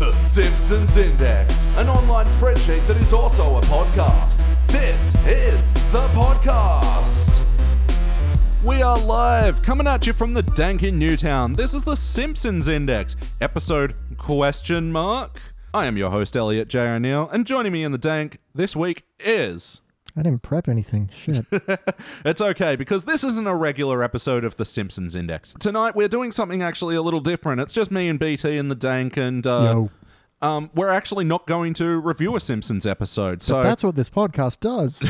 Simpsons Index, an online spreadsheet that is also a podcast. This is the podcast. We are live, coming at you from the dank in Newtown. This is the Simpsons Index, episode question mark. I am your host, Elliot J. O'Neill, and joining me in the dank this week is I didn't prep anything. Shit. It's okay because this isn't a regular episode of The Simpsons Index. Tonight we're doing something actually a little different. It's just me and BT and the Dank, and uh, Yo. um, we're actually not going to review a Simpsons episode. So That's what this podcast does.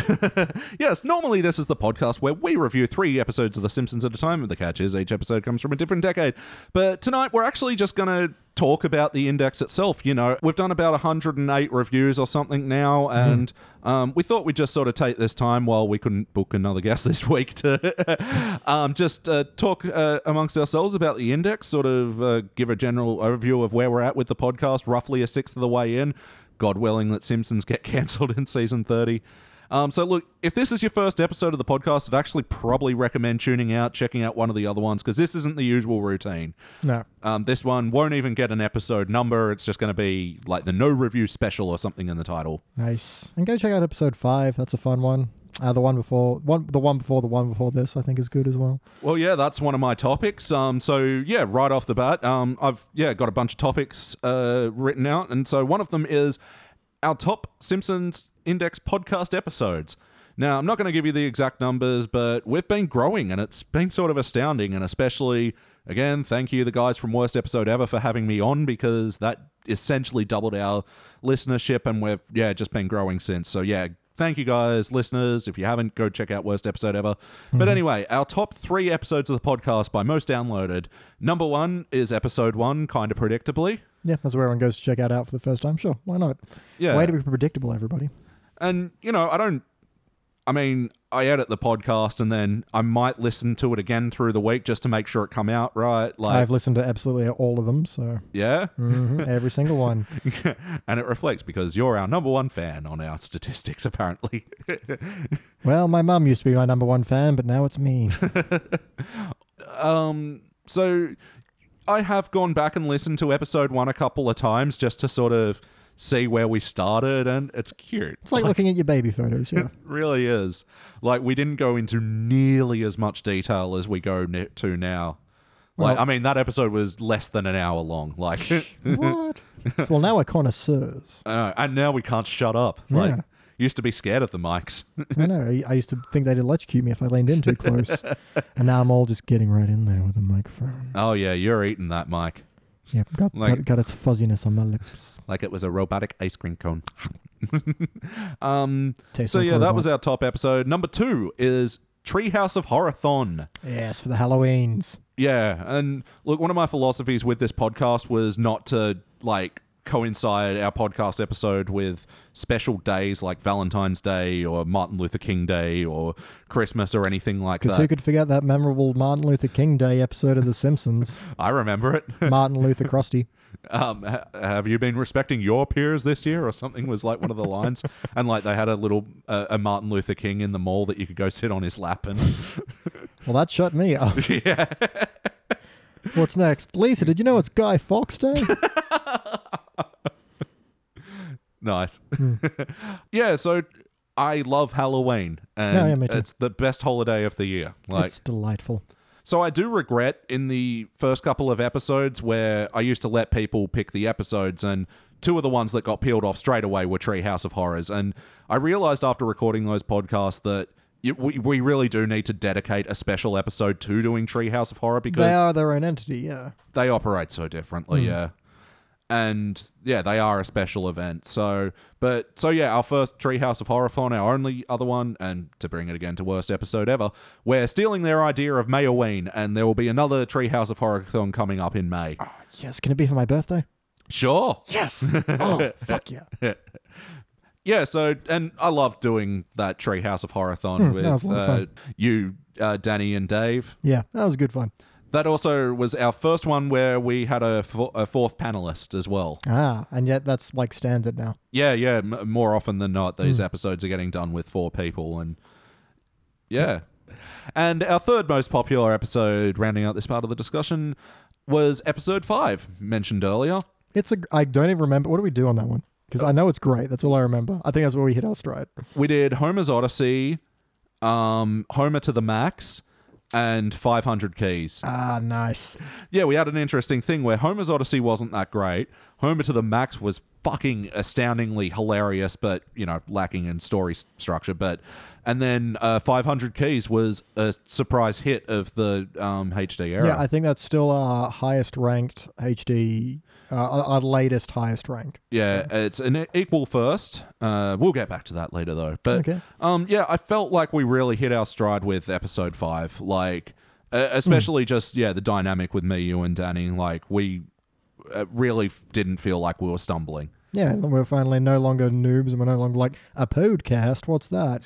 yes, normally this is the podcast where we review three episodes of The Simpsons at a time. The catch is each episode comes from a different decade. But tonight we're actually just going to talk about the index itself. You know, we've done about 108 reviews or something now, and um, we thought we'd just sort of take this time while we couldn't book another guest this week to um, just uh, talk uh, amongst ourselves about the index, sort of uh, give a general overview of where we're at with the podcast, roughly a sixth of the way in. God willing that Simpsons get cancelled in season 30. Um, so look, if this is your first episode of the podcast, I'd actually probably recommend tuning out, checking out one of the other ones because this isn't the usual routine. no. Um, this one won't even get an episode number. It's just going to be like the no review special or something in the title. Nice. And go check out episode five. That's a fun one. Uh, the one before one the one before the one before this I think is good as well. Well, yeah, that's one of my topics. Um, so yeah, right off the bat, um, I've yeah got a bunch of topics uh, written out, and so one of them is our top Simpsons Index podcast episodes. Now, I'm not going to give you the exact numbers, but we've been growing, and it's been sort of astounding. And especially, again, thank you the guys from Worst Episode Ever for having me on because that essentially doubled our listenership, and we've yeah just been growing since. So yeah, Thank you guys, listeners. If you haven't, go check out Worst Episode Ever. But anyway, our top three episodes of the podcast by most downloaded. Number one is episode one, kind of predictably. Yeah, that's where everyone goes to check out out for the first time. Sure, why not? Yeah. Way to be predictable, everybody. And, you know, I don't. I mean, I edit the podcast and then I might listen to it again through the week just to make sure it come out right. Like, I've listened to absolutely all of them, so yeah. mhm, every single one. and it reflects because you're our number one fan on our statistics, apparently. Well, my mum used to be my number one fan, but now it's me. um so i have gone back and listened to episode one a couple of times just to sort of see where we started and it's cute It's like looking at your baby photos. it Yeah. really is like we didn't go into nearly as much detail as we go ne- to now like Well- i mean that episode was less than an hour long like what? Well, now we're connoisseurs. I know, and now we can't shut up like Yeah. used to be scared of the mics I know. I- I used to think they'd electrocute me if I leaned in too close, and now I'm all just getting right in there with a microphone. oh yeah you're eating that mic Yep, got, Like- got, got its fuzziness on my lips. like it was a robotic ice cream cone um Tastes So like yeah, that horrible. was our top episode. Number two is Treehouse of Horathon. yes for the Halloweens. Yeah, and look, one of my philosophies with this podcast was not to like coincide our podcast episode with special days like Valentine's Day or Martin Luther King Day or Christmas or anything like Because who that. could forget that memorable Martin Luther King Day episode of The Simpsons? I remember it. Martin Luther Krusty. um, ha- have you been respecting your peers this year or something was like one of the lines and like they had a little uh, a martin luther king in the mall that you could go sit on his lap and Well, that shut me up. yeah What's next? Lisa, did you know it's Guy Fawkes Day? Nice. Hmm. yeah, so I love Halloween and Oh, Yeah, yeah, me too. it's the best holiday of the year. Like it's delightful. so I do regret in the first couple of episodes where I used to let people pick the episodes and two of the ones that got peeled off straight away were Treehouse of Horrors and I realized after recording those podcasts that it, we, we really do need to dedicate a special episode to doing Treehouse of Horror because They are their own entity, yeah. they operate so differently, Hmm. yeah. And yeah, they are a special event. So, but so yeah, our first Treehouse of Horrorthon, our only other one, and to bring it again to worst episode ever, we're stealing their idea of Mayoween, and there will be another Treehouse of Horrorthon coming up in May. Yes, can it be for my birthday? Sure. Yes. oh, fuck yeah. Yeah, so and I loved doing that Treehouse of Horrorthon that was with Hmm, a lot of uh, you, uh, Danny, and Dave. Yeah, that was good fun. That also was our first one where we had a fo- a fourth panelist as well. Ah, and yet that's like standard now. Yeah, yeah. M- more often than not, these episodes are getting done with four people, and yeah. And our third most popular episode, rounding out this part of the discussion, was episode five, mentioned earlier. It's a. I don't even remember. What do we do on that one? Because I know it's great. That's all I remember. I think that's where we hit our stride. We did Homer's Odyssey, um, Homer to the Max, and 500 Keys. Ah, nice. Yeah, we had an interesting thing where Homer's Odyssey wasn't that great. Homer to the Max was fucking astoundingly hilarious, but, you know, lacking in story s- structure. But, and then uh, 500 Keys was a surprise hit of the um, HD era. Yeah, I think that's still our highest ranked HD, uh, our, our latest highest rank. Yeah, it's an e, equal first. Uh, we'll get back to that later, though. But Okay. um, yeah, I felt like we really hit our stride with episode five. Like, uh, especially Hmm. just yeah, the dynamic with me, you, and Danny. Like, we uh, really f- didn't feel like we were stumbling. Yeah, and we're finally no longer noobs, and we're no longer like a podcast. What's that?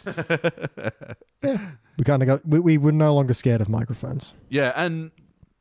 yeah, we kind of got. We, we were no longer scared of microphones. Yeah, and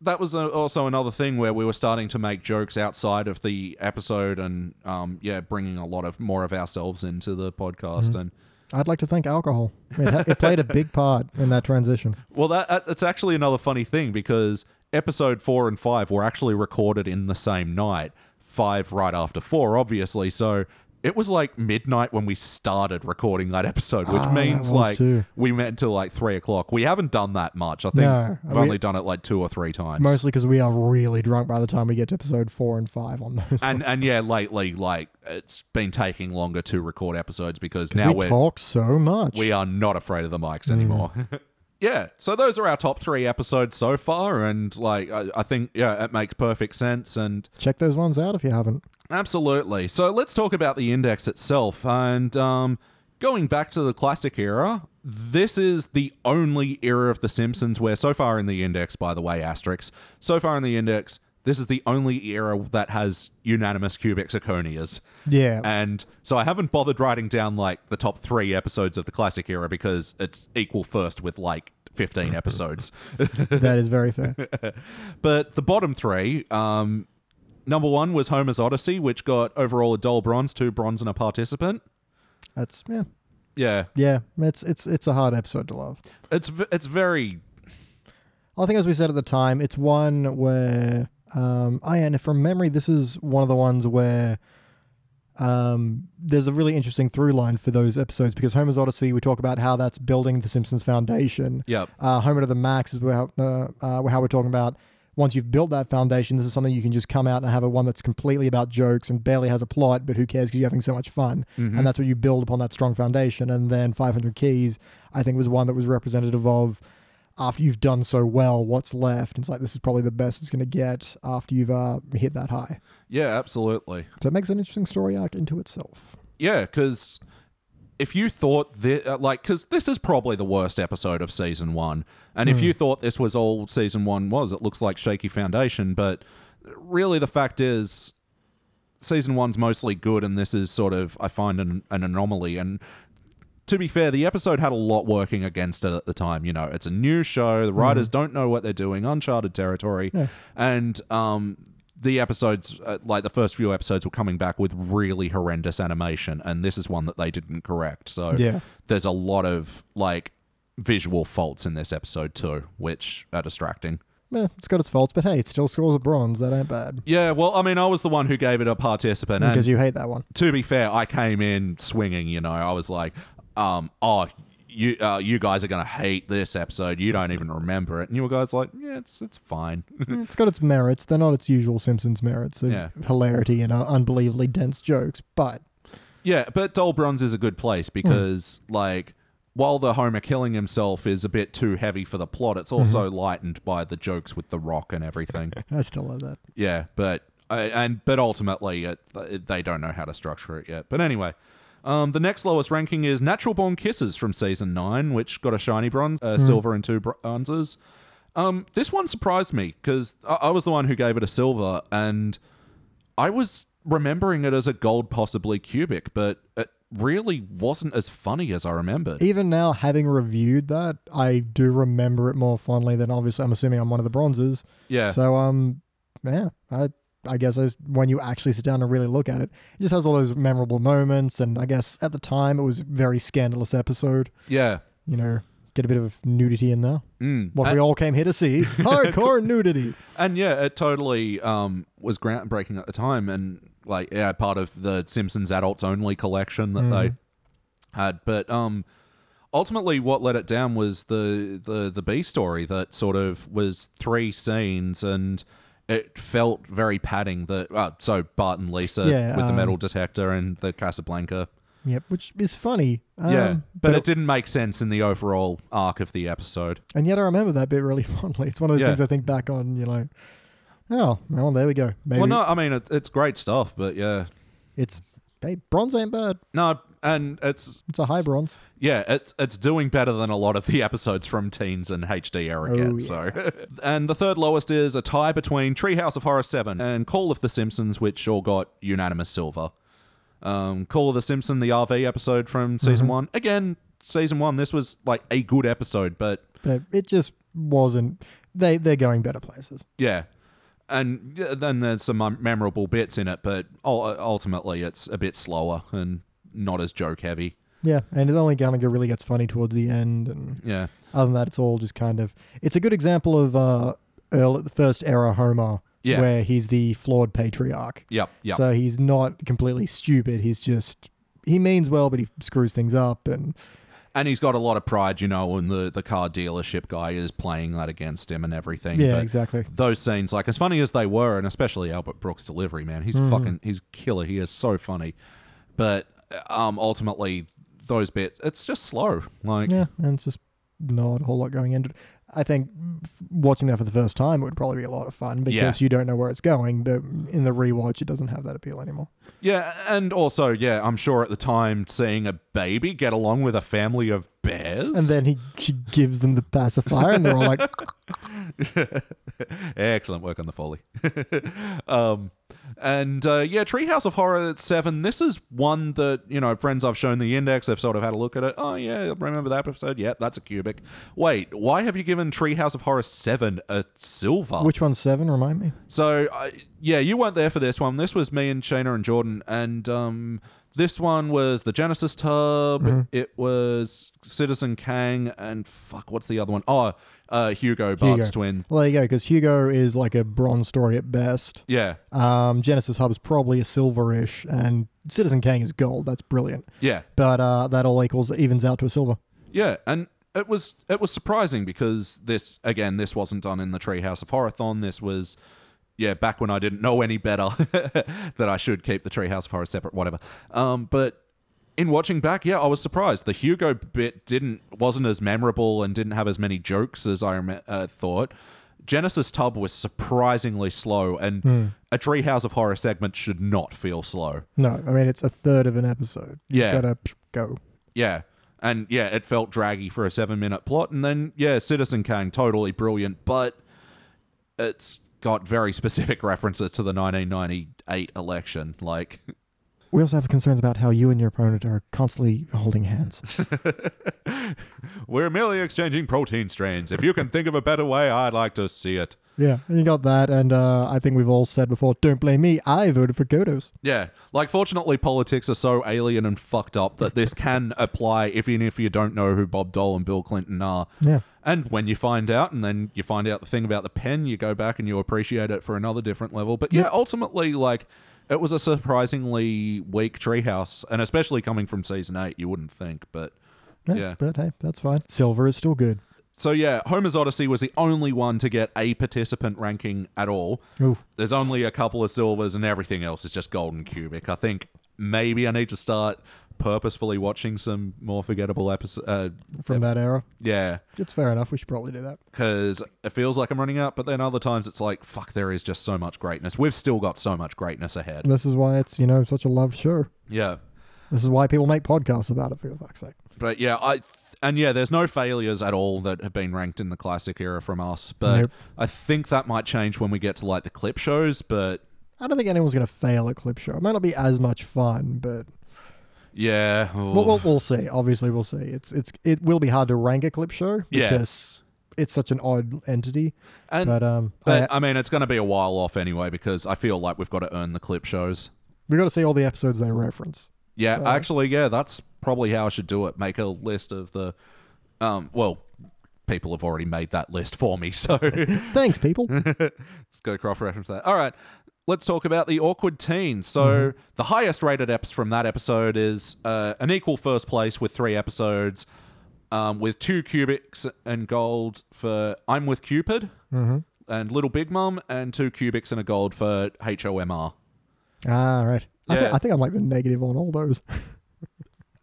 that was uh also another thing where we were starting to make jokes outside of the episode, and um, yeah, bringing a lot of more of ourselves into the podcast Mm-hmm. and. I'd like to thank alcohol. It, ha- it played a big part in that transition. Well, that, that that's actually another funny thing because episode four and five were actually recorded in the same night. Five right after four, obviously. So it was like midnight when we started recording that episode, which Ah, that means was like too. we went till like three o'clock. We haven't done that much. I think No, I've we- only done it like two or three times. Mostly because we are really drunk by the time we get to episode four and five on those. and and yeah, lately, like it's been taking longer to record episodes because now we we're talk Mm. so much. We are not afraid of the mics anymore. yeah, so those are our top three episodes so far, and like I, I think yeah, it makes perfect sense, and Check those ones out if you haven't. absolutely. So let's talk about the index itself, and um, going back to the classic era. This is the only era of The Simpsons where, so far in the index, by the way, asterisk, so far in the index, this is the only era that has unanimous cubic zirconias. Yeah. And so I haven't bothered writing down like the top three episodes of the classic era because it's equal first with like 15 episodes. that is very fair. but the bottom three, um, number one was Homer's Odyssey, which got overall a dull bronze, two bronze, and a participant. That's yeah, Yeah, yeah. It's it's it's a hard episode to love. it's v- it's very I think as we said at the time, it's one where um, I and from memory, this is one of the ones where um, there's a really interesting through line for those episodes because Homer's Odyssey, we talk about how that's building the Simpsons foundation. Yep. Uh, Homer to the Max is where, uh, uh, how we're talking about. Once you've built that foundation, this is something you can just come out and have a one that's completely about jokes and barely has a plot, but who cares because you're having so much fun. And that's what you build upon that strong foundation. And then 500 Keys, I think, was one that was representative of after you've done so well, what's left? It's like this is probably the best it's going to get after you've uh, hit that high. yeah, absolutely. So it makes an interesting story arc into itself. Yeah, because if you thought this, like, because this is probably the worst episode of season one, and if you thought this was all season one was, it looks like shaky foundation. But really, the fact is, season one's mostly good, and this is sort of I find an, an anomaly. And to be fair, the episode had a lot working against it at the time. You know, it's a new show. The writers don't know what they're doing, uncharted territory, and um, the episodes, uh, like the first few episodes, were coming back with really horrendous animation, and this is one that they didn't correct. So Yeah. there's a lot of like visual faults in this episode too, which are distracting. Eh, it's got its faults, but hey, it still scores a bronze. That ain't bad. Yeah, well, I mean, I was the one who gave it a participant, and Because you hate that one. to be fair, I came in swinging. You know, I was like, um, "Oh, you uh, you guys are gonna hate this episode. You don't even remember it." And you were guys like, "Yeah, it's it's fine." It's got its merits. They're not its usual Simpsons merits of Yeah. hilarity and uh, unbelievably dense jokes, but yeah, but Dull Bronze is a good place because like. While the Homer killing himself is a bit too heavy for the plot, it's also lightened by the jokes with the rock and everything. I still love that. yeah, but I and but ultimately, it, they don't know how to structure it yet. But anyway, um, the next lowest ranking is Natural Born Kisses from season nine, which got a shiny bronze, uh, silver, and two bronzes. Um, this one surprised me because I, I was the one who gave it a silver, and I was remembering it as a gold, possibly cubic, but it really wasn't as funny as I remembered. Even now, having reviewed that, I do remember it more fondly than obviously I'm assuming I'm one of the bronzes. yeah, So um, yeah, I I guess those, when you actually sit down and really look at it, it just has all those memorable moments. And I guess at the time it was a very scandalous episode. yeah. You know, Get a bit of nudity in there. Mm. What we all came here to see hardcore nudity. And yeah, it totally um, was groundbreaking at the time, and like yeah, part of the Simpsons Adults Only collection that Mm. they had. But um, ultimately, what let it down was the the the B story that sort of was three scenes, and it felt very padding. That uh, so Bart and Lisa Yeah, with the um, metal detector and the Casablanca. Yep, which is funny. Um, yeah, but, it didn't make sense in the overall arc of the episode. And yet I remember that bit really fondly. It's one of those Yeah. things I think back on, you know. Oh, well, there we go. Maybe Well, no, I mean it, it's great stuff, but yeah, it's hey, bronze ain't bad. no, and it's It's a high bronze. Yeah, it's it's doing better than a lot of the episodes from Teens and HD Era get. Oh, So, and the third lowest is a tie between Treehouse of Horror Seven and Call of the Simpsons, which all got unanimous silver. Um, Call of the Simpson, the RV episode from season one. Again, season one. This was like a good episode, but But it just wasn't. They they're going better places. yeah. And yeah, then there's some um, memorable bits in it, but ul- ultimately it's a bit slower and not as joke heavy. Yeah, and it only kind of really gets funny towards the end. And Yeah. other than that, it's all just kind of. It's a good example of uh, early, the first era Homer, Yeah. where he's the flawed patriarch. Yep. Yep. So he's not completely stupid. He's just he means well, but he screws things up. And and he's got a lot of pride, you know, and the, the car dealership guy is playing that against him and everything. yeah, but exactly. Those scenes, like as funny as they were, and especially Albert Brooks' delivery, man, he's Mm-hmm. fucking, he's killer. He is so funny, but um, ultimately those bits, it's just slow. Like, Yeah, and it's just not a whole lot going into it. I think f- watching that for the first time would probably be a lot of fun because you don't know where it's going. But in the rewatch, it doesn't have that appeal anymore. yeah, and also, yeah, I'm sure at the time seeing a baby get along with a family of bears, And then he she gives them the pacifier, and they're all like, Excellent work on the foley. um, and uh, yeah, Treehouse of Horror at seven. This is one that you know friends I've shown the index. They've sort of had a look at it. Oh yeah, remember that episode? Yeah, that's a cubic. Wait, why have you given Treehouse of Horror seven a silver? "Which one's seven? Remind me." So I yeah, you weren't there for this one. This was me and Shana and Jordan, and um, this one was the Genesis Tub. It was Citizen Kang, and fuck, what's the other one? Oh, uh, Hugo Bart's Hugo. twin. Well, there you go, because Hugo is like a bronze story at best. Yeah, Um, Genesis Hub is probably a silverish, and Citizen Kang is gold. That's brilliant. yeah. But uh, that all equals evens out to a silver. Yeah, and it was it was surprising because this again this wasn't done in the Treehouse of Horathon. This was yeah back when I didn't know any better that I should keep the Treehouse of Horror separate, whatever. Um, but in watching back, yeah, I was surprised. The Hugo bit didn't wasn't as memorable and didn't have as many jokes as I rem- uh, thought. Genesis Tub was surprisingly slow, and a Treehouse of Horror segment should not feel slow. No, I mean it's a third of an episode. Yeah. You've gotta psh, go. Yeah. And yeah, it felt draggy for a seven minute plot. And then, yeah, Citizen Kane, totally brilliant, but it's got very specific references to the 1998 election. Like, We also have concerns about how you and your opponent are constantly holding hands. we're merely exchanging protein strains. If you can think of a better way, I'd like to see it. yeah, and you got that, and uh, I think we've all said before, don't blame me. I voted for Kodos. Yeah. Like, fortunately, politics are so alien and fucked up that this can apply even if you don't know who Bob Dole and Bill Clinton are. Yeah. And when you find out, and then you find out the thing about the pen, you go back and you appreciate it for another different level. But yeah, ultimately, like, it was a surprisingly weak treehouse, and especially coming from season eight, you wouldn't think. But Yeah. But hey, that's fine. Silver is still good. so yeah, Homer's Odyssey was the only one to get a participant ranking at all. Ooh. There's only a couple of silvers, and everything else is just golden cubic. I think maybe I need to start purposefully watching some more forgettable episodes. Uh, From that era. yeah. It's fair enough. We should probably do that. because it feels like I'm running out, but then other times it's like, fuck, there is just so much greatness. We've still got so much greatness ahead. And this is why it's, you know, such a loved show. Yeah. This is why people make podcasts about it, for fuck's sake. But yeah, I. And yeah, there's no failures at all that have been ranked in the classic era from us. But Nope. I think that might change when we get to like the clip shows. But I don't think anyone's going to fail at Clip Show. It might not be as much fun, but yeah. ooh. we'll, we'll, we'll see. Obviously, we'll see. It's it's it will be hard to rank a Clip Show Yeah. because it's such an odd entity. and, But um, but I- I mean, it's going to be a while off anyway because I feel like we've got to earn the clip shows. we got to see all the episodes they reference. Yeah, So- actually, yeah, that's probably how I should do it. Make a list of the, um, well, people have already made that list for me. So Thanks, people. let's go cross reference that. All right. Let's talk about the awkward teen. So the highest rated eps from that episode is uh, an equal first place with three episodes, um, with two cubics and gold for I'm with Cupid and Little Big Mum, and two cubics and a gold for HOMR. ah, right. I, thi- Yeah. I think I'm like the negative on all those.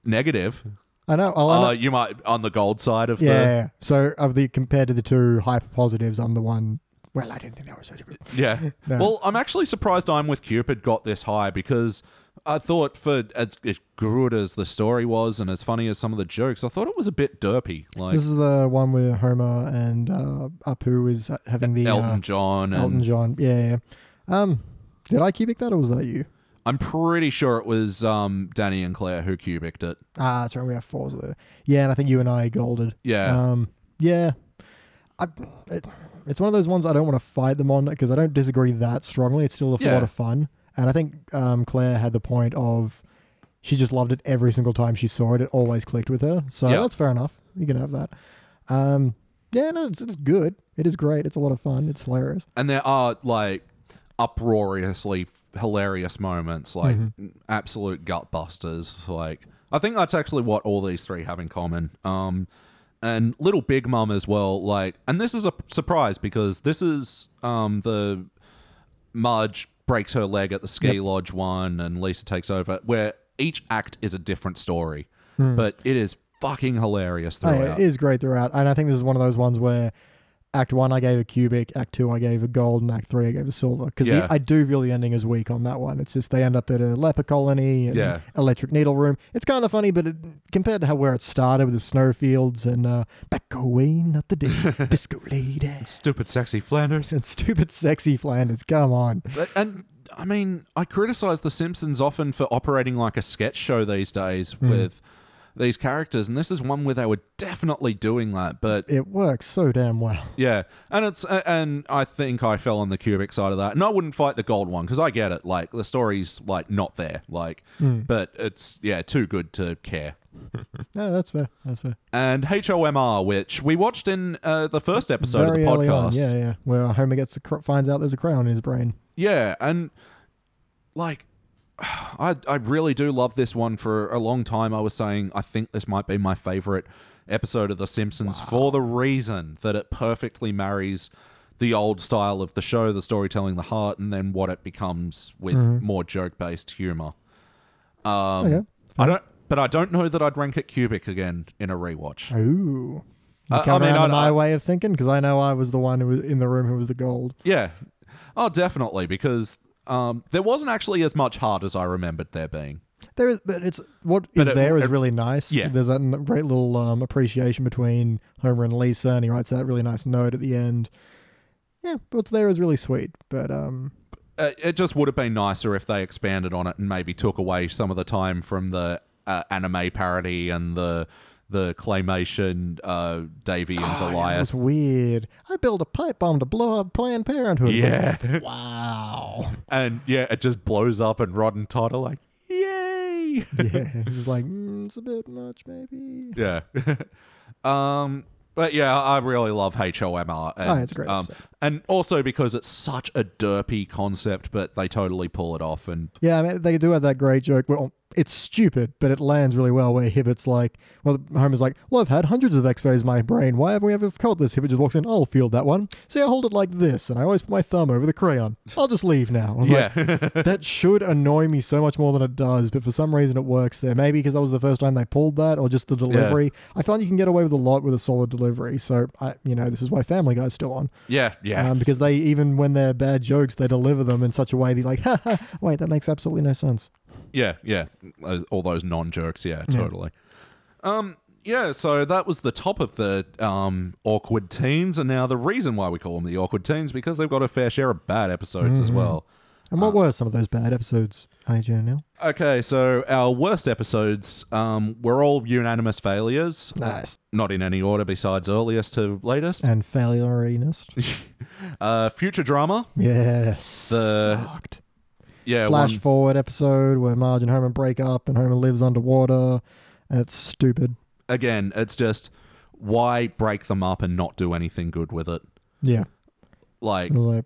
Negative. I know. I'll, I know- Uh, you might on the gold side of yeah, yeah, the yeah. So of the compared to the two hyper positives, I'm the one. Well, I didn't think that was such a good. Yeah. Well, I'm actually surprised I'm with Cupid got this high because I thought for as, as good as the story was and as funny as some of the jokes, I thought it was a bit derpy. Like This is the one where Homer and uh, Apu is uh, having the Elton John uh, and Elton John. Yeah. yeah. Um, did I cubic that or was that you? I'm pretty sure it was um, Danny and Claire who cubicked it. Ah, that's right. We have fours there. Yeah, and I think you and I golded. Yeah. Um, yeah. I, it, it's one of those ones I don't want to fight them on because I don't disagree that strongly. It's still a Yeah. lot of fun. And I think um, Claire had the point of she just loved it every single time she saw it. It always clicked with her. So Yeah. that's fair enough. You can have that. Um, yeah, no, it's, it's good. It is great. It's a lot of fun. It's hilarious. and there are like uproariously f- hilarious moments, like Mm-hmm. absolute gut busters. Like I think that's actually what all these three have in common. Um, and Little Big Mum as well. Like, and this is a p- surprise because this is um the Marge breaks her leg at the ski lodge one, and Lisa takes over. Where each act is a different story, but it is fucking hilarious Hmm. Oh, throughout. yeah, it is great throughout. And I think this is one of those ones where Act One I gave a cubic, Act Two I gave a gold, and Act Three I gave a silver. Because Yeah. I do feel the ending is weak on that one. It's just they end up at a leper colony, and Yeah. electric needle room. It's kind of funny, but it, compared to how where it started with the snowfields and uh, back going up the day, disco ladies. Stupid sexy Flanders. And stupid sexy Flanders, come on. But- and I mean, I criticize The Simpsons often for operating like a sketch show these days Hmm. with these characters, and this is one where they were definitely doing that. But It works so damn well. yeah, and it's a- and I think I fell on the cubic side of that, and I wouldn't fight the gold one because I get it. Like the story's like not there, like, Hmm. but it's yeah too good to care. No, that's fair. That's fair. And HOMR, which we watched in uh, the first episode Very of the early podcast, on, yeah, yeah. Where Homer gets a cr- finds out there's a crown in his brain. Yeah, and like I I really do love this one for a long time. I was saying I think this might be my favorite episode of The Simpsons for the reason that it perfectly marries the old style of the show, the storytelling, the heart, and then what it becomes with more joke based humor. Um Okay. I don't but I don't know that I'd rank it cubic again in a rewatch. Mm. Ooh. You I- I come mean, around to I- my I- way of thinking because I know I was the one who was in the room who was the gold. Yeah. Oh, definitely, because um, there wasn't actually as much heart as I remembered there being. There is, but it's what is it- there is it- really nice. yeah. There's that n- great little um, appreciation between Homer and Lisa, and he writes that really nice note at the end. Yeah, what's there is really sweet, but um, uh, it just would have been nicer if they expanded on it and maybe took away some of the time from the uh, anime parody and the the claymation uh, Davy and oh, yeah, it Goliath. was weird. I built a pipe bomb to blow up Planned Parenthood. It's like, Yeah, wow. and yeah, it just blows up, and Rod and Todd are like, "Yay!" yeah, it's just like mm, it's a bit much, maybe. yeah. um, but yeah, I really love HOMR. And, Oh, it's a great Um, episode. and also because it's such a derpy concept, but they totally pull it off. And Yeah, I mean, they do have that great joke. Well, it's stupid, but it lands really well where Hibbert's like, well, Homer's like, well, I've had hundreds of x-rays in my brain. Why haven't we ever caught this? Hibbert just walks in, I'll field that one. See, I hold it like this, and I always put my thumb over the crayon. I'll just leave now. I was like, yeah, that should annoy me so much more than it does, but for some reason it works there. Maybe because that was the first time they pulled that, or just the delivery. I found you can get away with a lot with a solid delivery. So, I, you know, this is why Family Guy's still on yeah, yeah. um, because they even when they're bad jokes, they deliver them in such a way that you're like, ha, ha, wait, that makes absolutely no sense. Yeah, yeah. Uh, All those non jerks. Yeah, totally. Um, yeah, so that was the top of the um, awkward teens. And now the reason why we call them the awkward teens because they've got a fair share of bad episodes Mm-hmm. as well. And Ah. what were some of those bad episodes, AJ and Neil? Okay, so our worst episodes um, were all unanimous failures. Nice Not in any order besides earliest to latest. and failureist. Uh, future drama. Yes, The- sucked. Yeah, Flash one- forward episode where Marge and Homer break up and Homer lives underwater, and it's stupid. again, it's just why break them up and not do anything good with it? Yeah. Like It was like,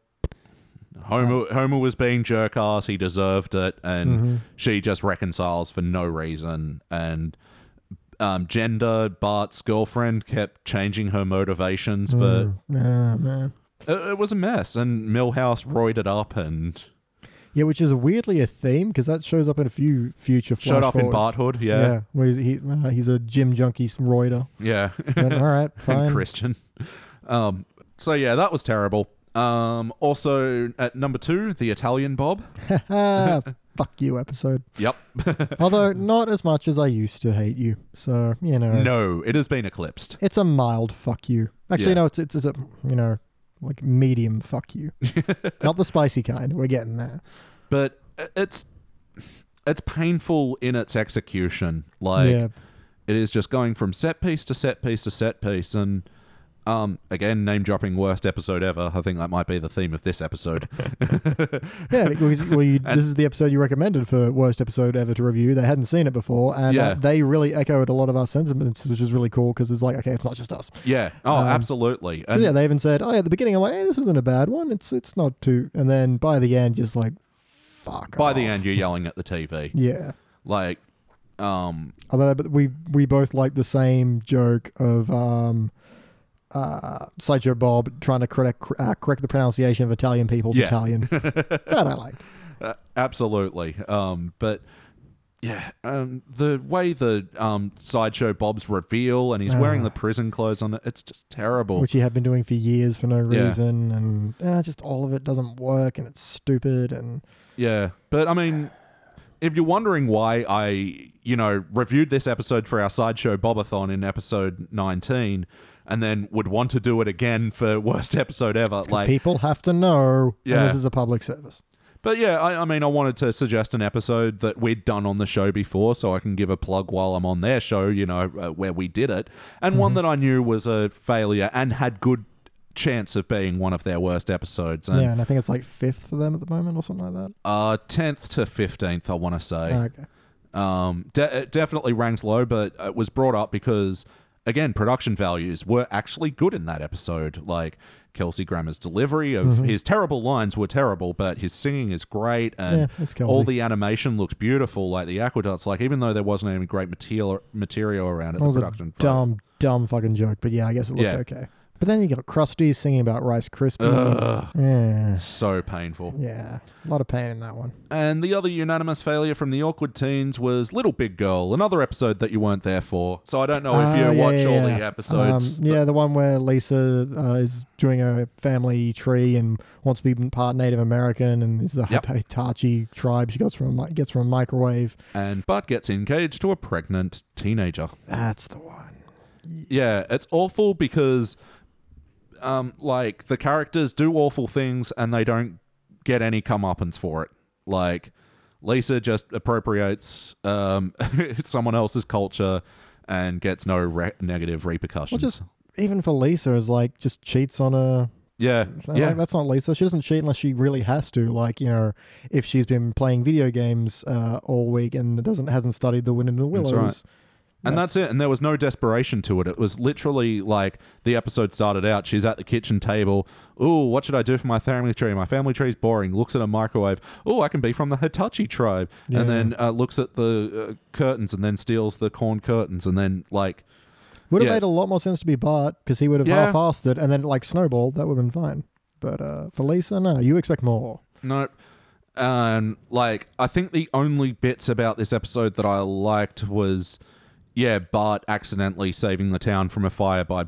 Homer, Homer was being jerk ass. He deserved it, and Mm-hmm. she just reconciles for no reason. And um, gender Bart's girlfriend kept changing her motivations Mm. for. nah, man. It, it was a mess, and Millhouse roided up and Yeah, which is weirdly a theme because that shows up in a few future. showed flash up in forwards. Barthood. Yeah, Yeah, where he's, he, uh, he's a gym junkie roider. yeah, But, all right, and fine. Christian. Um, so yeah, that was terrible. Um, also at number two, the Italian Bob. Ah, fuck you episode. Yep. Although not as much as I used to hate you. So you know, no, it has been eclipsed. it's a mild fuck you. Actually, Yeah. no, it's, it's it's a you know like medium fuck you, not the spicy kind. We're getting there. but i- it's it's painful in its execution. Like yeah, it is just going from set piece to set piece to set piece, and um, again, name dropping worst episode ever. I think that might be the theme of this episode. yeah. Because, well, you, this is the episode you recommended for worst episode ever to review. They hadn't seen it before, and Yeah. uh, they really echoed a lot of our sentiments, which is really cool because it's like, okay, it's not just us. yeah. Oh, Um, absolutely. But And yeah, they even said, oh yeah, at the beginning, I'm like, hey, this isn't a bad one. It's it's not too. And then by the end, just like, fuck. by the off. end, you're yelling at the TV. yeah. Like, um, Although, but we we both like the same joke of um, uh, Sideshow Bob trying to correct uh, correct the pronunciation of Italian people's Yeah. Italian. that I like. Uh, absolutely. Um, but yeah, um, the way the um, sideshow Bob's reveal and he's Uh. wearing the prison clothes on it, it's just terrible. which he had been doing for years for no Yeah. reason, and uh, just all of it doesn't work, and it's stupid, and yeah, but I mean, if you're wondering why I, you know, reviewed this episode for our sideshow Bobathon in episode 19, and then would want to do it again for worst episode ever, like people have to know. Yeah. and this is a public service. But yeah, I, I mean, I wanted to suggest an episode that we'd done on the show before, so I can give a plug while I'm on their show, you know, uh, where we did it, and one that I knew was a failure and had good chance of being one of their worst episodes, and yeah, and I think it's like fifth for them at the moment, or something like uh, tenth to fifteenth, I want to say. that. Okay. Um, de- it definitely ranks low, but it was brought up because, again, production values were actually good in that episode. Like Kelsey Grammer's delivery of Mm-hmm. his terrible lines were terrible, but his singing is great, and Yeah, it's Kelsey. all the animation looks beautiful. Like the aqueducts, like even though there wasn't any great material material around it, That the was a production. value- dumb, dumb fucking joke, but yeah, I guess it looked Yeah. okay. But then you got Krusty singing about Rice Ugh. Krispies. Yeah. So painful. yeah, a lot of pain in that one. And the other unanimous failure from the Awkward Teens was Little Big Girl, another episode that you weren't there for. So I don't know if you Ah, yeah, watch yeah, all yeah. the episodes. Um, yeah, the one where Lisa uh, is doing a family tree and wants to be part Native American and is the Yep. Hitachi tribe. She gets from a, mi- gets from a microwave. and Bart gets engaged to a pregnant teenager. That's the one. Yeah, it's awful because, um, like the characters do awful things and they don't get any comeuppance for it. Like Lisa just appropriates um someone else's culture and gets no re- negative repercussions. just- Even for Lisa, is like just cheats on a yeah, Like, yeah, that's not Lisa. She doesn't cheat unless she really has to. Like, you know, if she's been playing video games uh, all week and doesn't hasn't studied the Wind and the Willows. That's right. and that's it. And there was no desperation to it. It was literally like the episode started out. She's at the kitchen table. Ooh, what should I do for my family tree? My family tree is boring. Looks at a microwave. Ooh, I can be from the Hitachi tribe. Yeah. And then uh, looks at the uh, curtains and then steals the corn curtains. And then like, Would have Yeah. made a lot more sense to be Bart because he would have Yeah. half-assed it and then like snowballed. That would have been fine. But uh, for Lisa, no, you expect more. nope. And like, I think the only bits about this episode that I liked was. Yeah, Bart accidentally saving the town from a fire by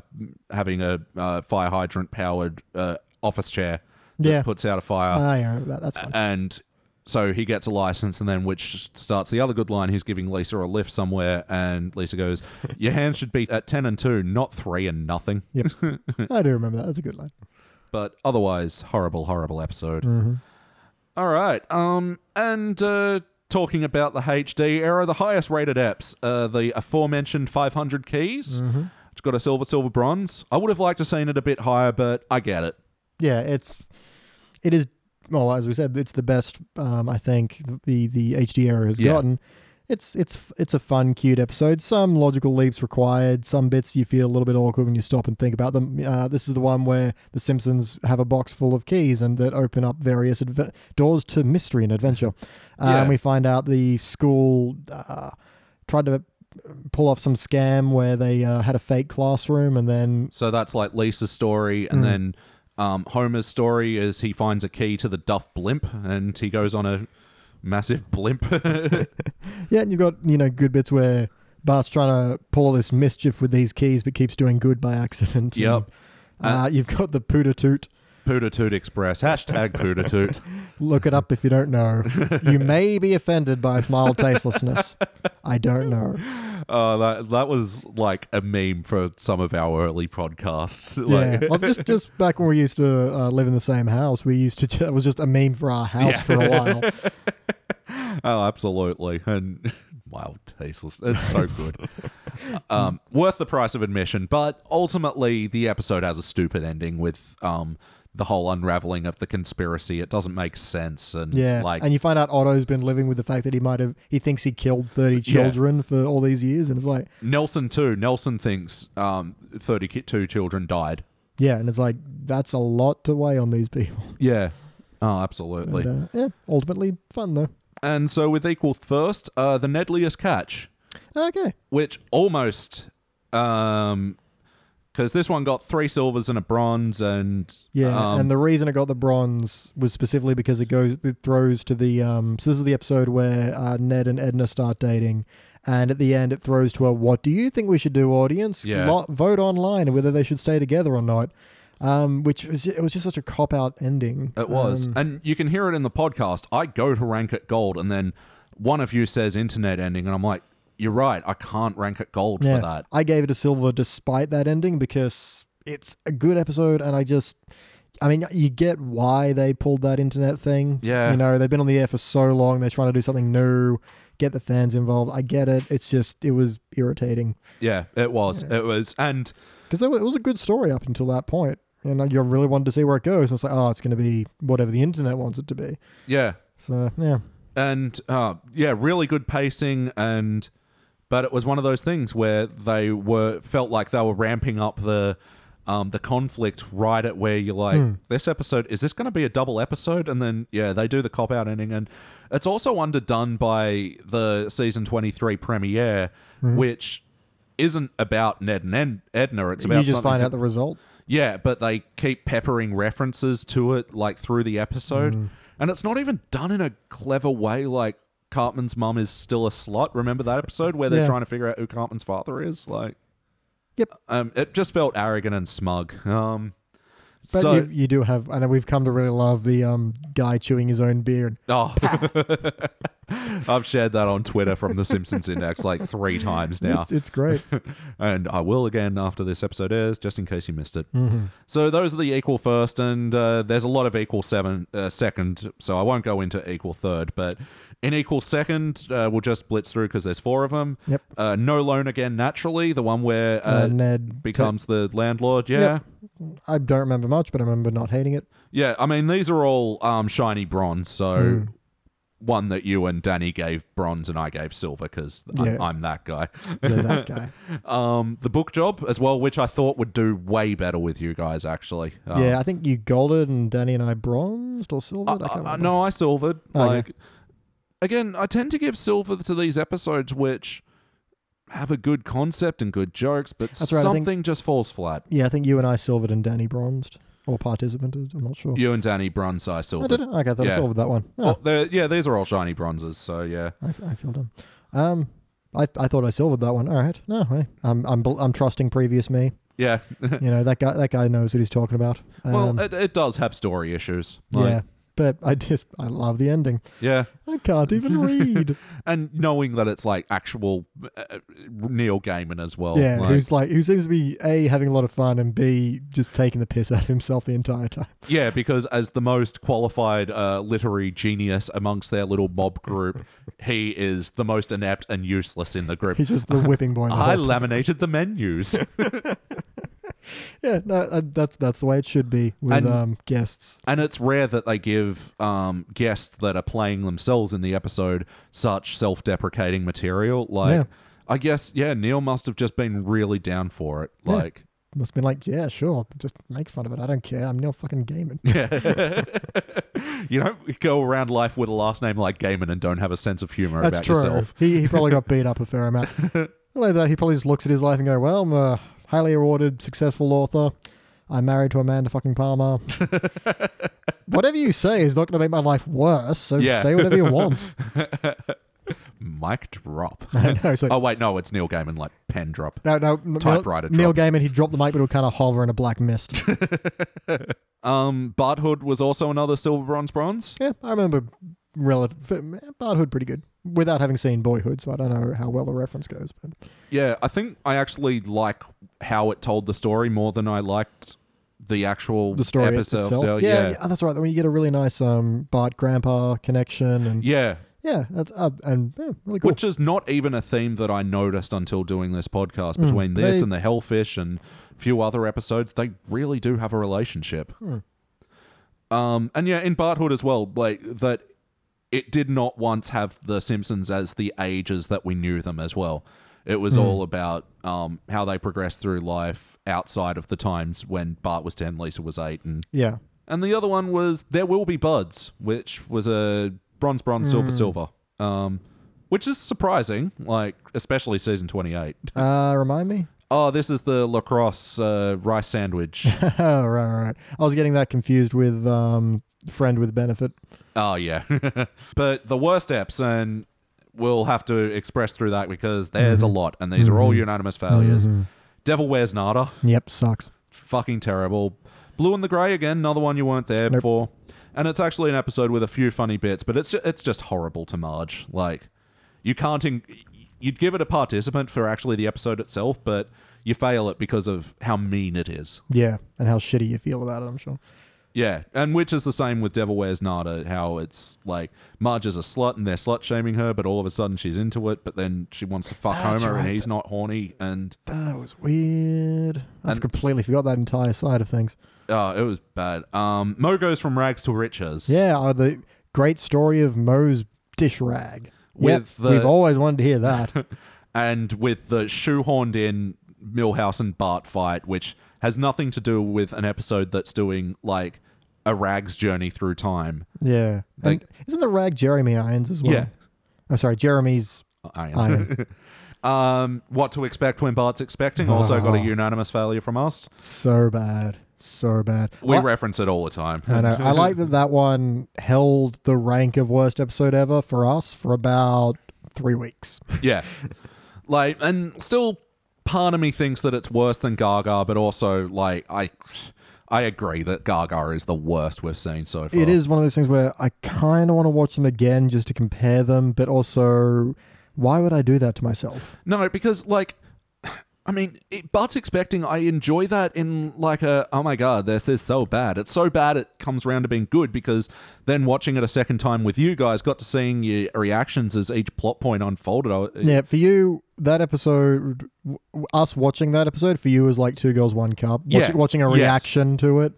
having a uh, fire hydrant powered uh, office chair that Yeah. puts out a fire. Ah, yeah, that, that's fine. and so he gets a license and then which starts the other good line he's giving lisa a lift somewhere and lisa goes your hands should be at 10 and 2 not 3 and nothing Yep. I do remember that. That's a good line. but otherwise horrible horrible episode All right um and uh talking about the hd era the highest rated apps uh the aforementioned 500 Mm. keys Mm-hmm. which got a silver silver bronze i would have liked to seen it a bit higher but i get it Yeah, it's it is well as we said, it's the best um, I think the the HD era has Yeah. gotten. it's it's it's a fun, cute episode. Some logical leaps required. Some bits you feel a little bit awkward when you stop and think about them. Uh, this is the one where the Simpsons have a box full of keys and that open up various adve- doors to mystery and adventure. Uh, Yeah. And we find out the school uh, tried to pull off some scam where they uh, had a fake classroom and then So that's like Lisa's story, and then um, Homer's story is he finds a key to the Duff blimp, and he goes on a massive blimp. Yeah, and you've got, you know, good bits where Bart's trying to pull all this mischief with these keys, but keeps doing good by accident. Yep. And, uh, you've got the Pooter Toot. Pooter Toot Express hashtag Pooter Toot. Look it up if you don't know. you may be offended by its mild tastelessness. I don't know. Oh, that that was like a meme for some of our early podcasts. Yeah. Like, Well, just just back when we used to uh, live in the same house, we used to. It was just a meme for our house for a while. Oh, absolutely. And wow, tasteless. It's so good. um, worth the price of admission, but ultimately the episode has a stupid ending with um the whole unraveling of the conspiracy. It doesn't make sense and Yeah. like and you find out Otto's been living with the fact that he might have. He thinks he killed thirty children for all these years, and it's like, Nelson too. Nelson thinks um 32 children died. yeah, and it's like that's a lot to weigh on these people. Yeah. Oh, absolutely. But, uh, yeah, ultimately fun though. And so with equal thirst, uh the Nedliest catch. Okay. which almost um because this one got three silvers and a bronze and Yeah, um, and the reason it got the bronze was specifically because it goes it throws to the um. So this is the episode where uh, Ned and Edna start dating, and at the end it throws to a "What do you think we should do, audience? Yeah. Lo- vote online and whether they should stay together or not." Um, which was it was just such a cop out ending. it was Um, and you can hear it in the podcast i go to rank it gold and then one of you says internet ending and i'm like you're right i can't rank it gold yeah, for that I gave it a silver despite that ending because it's a good episode, and I just. I mean, you get why they pulled that internet thing. Yeah. You know, they've been on the air for so long. They're trying to do something new, get the fans involved. I get it. It's just, it was irritating. yeah it was it was and Because it was a good story up until that point, And you really wanted to see where it goes. And it's like, oh, it's going to be whatever the internet wants it to be. yeah So, yeah. and uh, yeah, really good pacing and but it was one of those things where they were felt like they were ramping up the um, the conflict right at where you're like Hmm. this episode is this going to be a double episode and then yeah they do the cop out ending and it's also underdone by the season 23 premiere Hmm. which isn't about Ned and Ed- Edna it's about you just something find out the result. yeah, but they keep peppering references to it like through the episode. Mm. And it's not even done in a clever way like Cartman's mum is still a slut. Remember that episode where they're Yeah. trying to figure out who Cartman's father is? Like Yep. Um it just felt arrogant and smug. Um But so you, you do have, and we've come to really love the um, guy chewing his own beer and oh I've shared that on Twitter from the Simpsons Index like three times now. it's, it's great. and I will again after this episode airs, just in case you missed it. Mm-hmm. So those are the equal first, and uh, there's a lot of equal seven uh, second. So I won't go into equal third, but in equal second, uh, we'll just blitz through because there's four of them. Yep. Uh, no loan again, naturally, the one where Uh, uh, Ned becomes the landlord. Yeah, Yep. I don't remember much, but I remember not hating it. yeah. I mean, these are all um, shiny bronze, so. Mm. One that you and Danny gave bronze and I gave silver because Yeah. I'm, I'm that guy. Yeah, that guy. um, the book job as well, which I thought would do way better with you guys actually. Um, yeah, I think you golded and Danny and I bronzed or silvered. I I- can't I- remember. Uh, no, I silvered. Okay. Like again, I tend to give silver to these episodes which have a good concept and good jokes, but That's right, I think- something just falls flat. Yeah, I think you and I silvered and Danny bronzed or participated. I'm not sure. You and Danny Bruns, I Oh. I silvered. did it. Okay, I thought Yeah. I silvered that one. Oh, Oh, they're- yeah, these are all shiny bronzes, so yeah. I, I feel dumb. Um, I, I thought I silvered that one. All right. No, hey. I'm I'm bel- I'm trusting previous me. Yeah. You know that guy. That guy knows what he's talking about. Um, well, it, it does have story issues. yeah. Like, But I just I love the ending. yeah. I can't even read. And knowing that it's like actual uh, Neil Gaiman as well. Yeah, like- who's like who seems to be a having a lot of fun and b just taking the piss out of himself the entire time. Yeah, because as the most qualified uh, literary genius amongst their little mob group, he is the most inept and useless in the group. He's just the whipping boy. the I whole time. laminated the menus. yeah, no, uh, that's that's the way it should be with And- um, guests. And it's rare that they give um, guests that are playing themselves in the episode such self deprecating material. Like, Yeah. I guess, yeah, Neil must have just been really down for it. Yeah. Like, Must have been like, yeah, sure, just make fun of it. I don't care. I'm Neil fucking Gaiman. you don't go around life with a last name like Gaiman and don't have a sense of humor That's about true. yourself. He, he probably got beat up a fair amount. like that, he probably just looks at his life and go, well, I'm a highly awarded, successful author. I'm married to Amanda fucking Palmer. whatever you say is not going to make my life worse. So Yeah. say whatever you want. Mic drop. I know. So oh, wait, no, it's Neil Gaiman, like pen drop. no, no. Neil- Typewriter Neil Gaiman. He dropped the mic, but it would kind of hover in a black mist. Um, Bart Hood was also another silver bronze bronze. yeah, I remember. Relative Barthood, pretty good. Without having seen Boyhood, so I don't know how well the reference goes. But Yeah, I think I actually like how it told the story more than I liked the actual the story episode. itself, So, yeah, yeah. yeah, that's right. When you get a really nice um, Bart Grandpa connection, and Yeah, Yeah, that's uh, and yeah, really cool. which is not even a theme that I noticed until doing this podcast. Between this Hmm. they- and the Hellfish and a few other episodes, they really do have a relationship. Hmm. Um, and yeah, in Barthood as well, like that. It did not once have the Simpsons as the ages that we knew them as well. It was Hmm. all about um, how they progressed through life outside of the times when Bart was ten, Lisa was eight, and yeah, and the other one was There Will Be Buds, which was a bronze, bronze, silver, silver. Um, which is surprising, like, especially season 28. uh, remind me. Oh, this is the lacrosse uh, rice sandwich. right, right, right. I was getting that confused with um, friend with benefit. oh, yeah. but the worst eps, and we'll have to express through that because there's a lot, and these are all unanimous failures. Hmm. Devil Wears Nada, Mm-hmm. Yep, sucks. fucking terrible. Blue and the Grey again, another one you weren't there Nope. before. And it's actually an episode with a few funny bits, but it's just, it's just horrible to Marge. Like you can't in- you'd give it a participant for actually the episode itself, but you fail it because of how mean it is. Yeah, and how shitty you feel about it. I'm sure. Yeah, and which is the same with Devil Wears Nada, how it's like Marge is a slut and they're slut shaming her, but all of a sudden she's into it, but then she wants to fuck That's Homer right. and he's not horny, and That was weird. I've And- completely forgot that entire side of things. oh, it was bad. Um, Mo goes from rags to riches. Yeah, uh, the great story of Moe's dish rag. Yep, With the- we've always wanted to hear that. and with the shoehorned in Millhouse and Bart fight, which has nothing to do with an episode that's doing like a rag's journey through time. yeah, and Like- isn't the rag Jeremy Irons as well? Yeah. I'm sorry, Jeremy's Iron. iron. Um, what to expect when Bart's expecting also got a unanimous failure from us. so bad, so bad. We Well, reference it all the time. I know. I like that that one held the rank of worst episode ever for us for about three weeks. yeah, like and still, part of me thinks that it's worse than Gaga, but also like I, I agree that Gaga is the worst we've seen so far. It is one of those things where I kind of want to watch them again just to compare them, but also, why would I do that to myself? No, because like, I mean, it, Bart's expecting. I enjoy that in like a oh my god, this is so bad. It's so bad it comes round to being good because then watching it a second time with you guys got to seeing your reactions as each plot point unfolded. I, Yeah, for you, that episode, w- w- us watching that episode for you was like two girls, one cup. Watch- Yeah. Watching a Yes. reaction to it,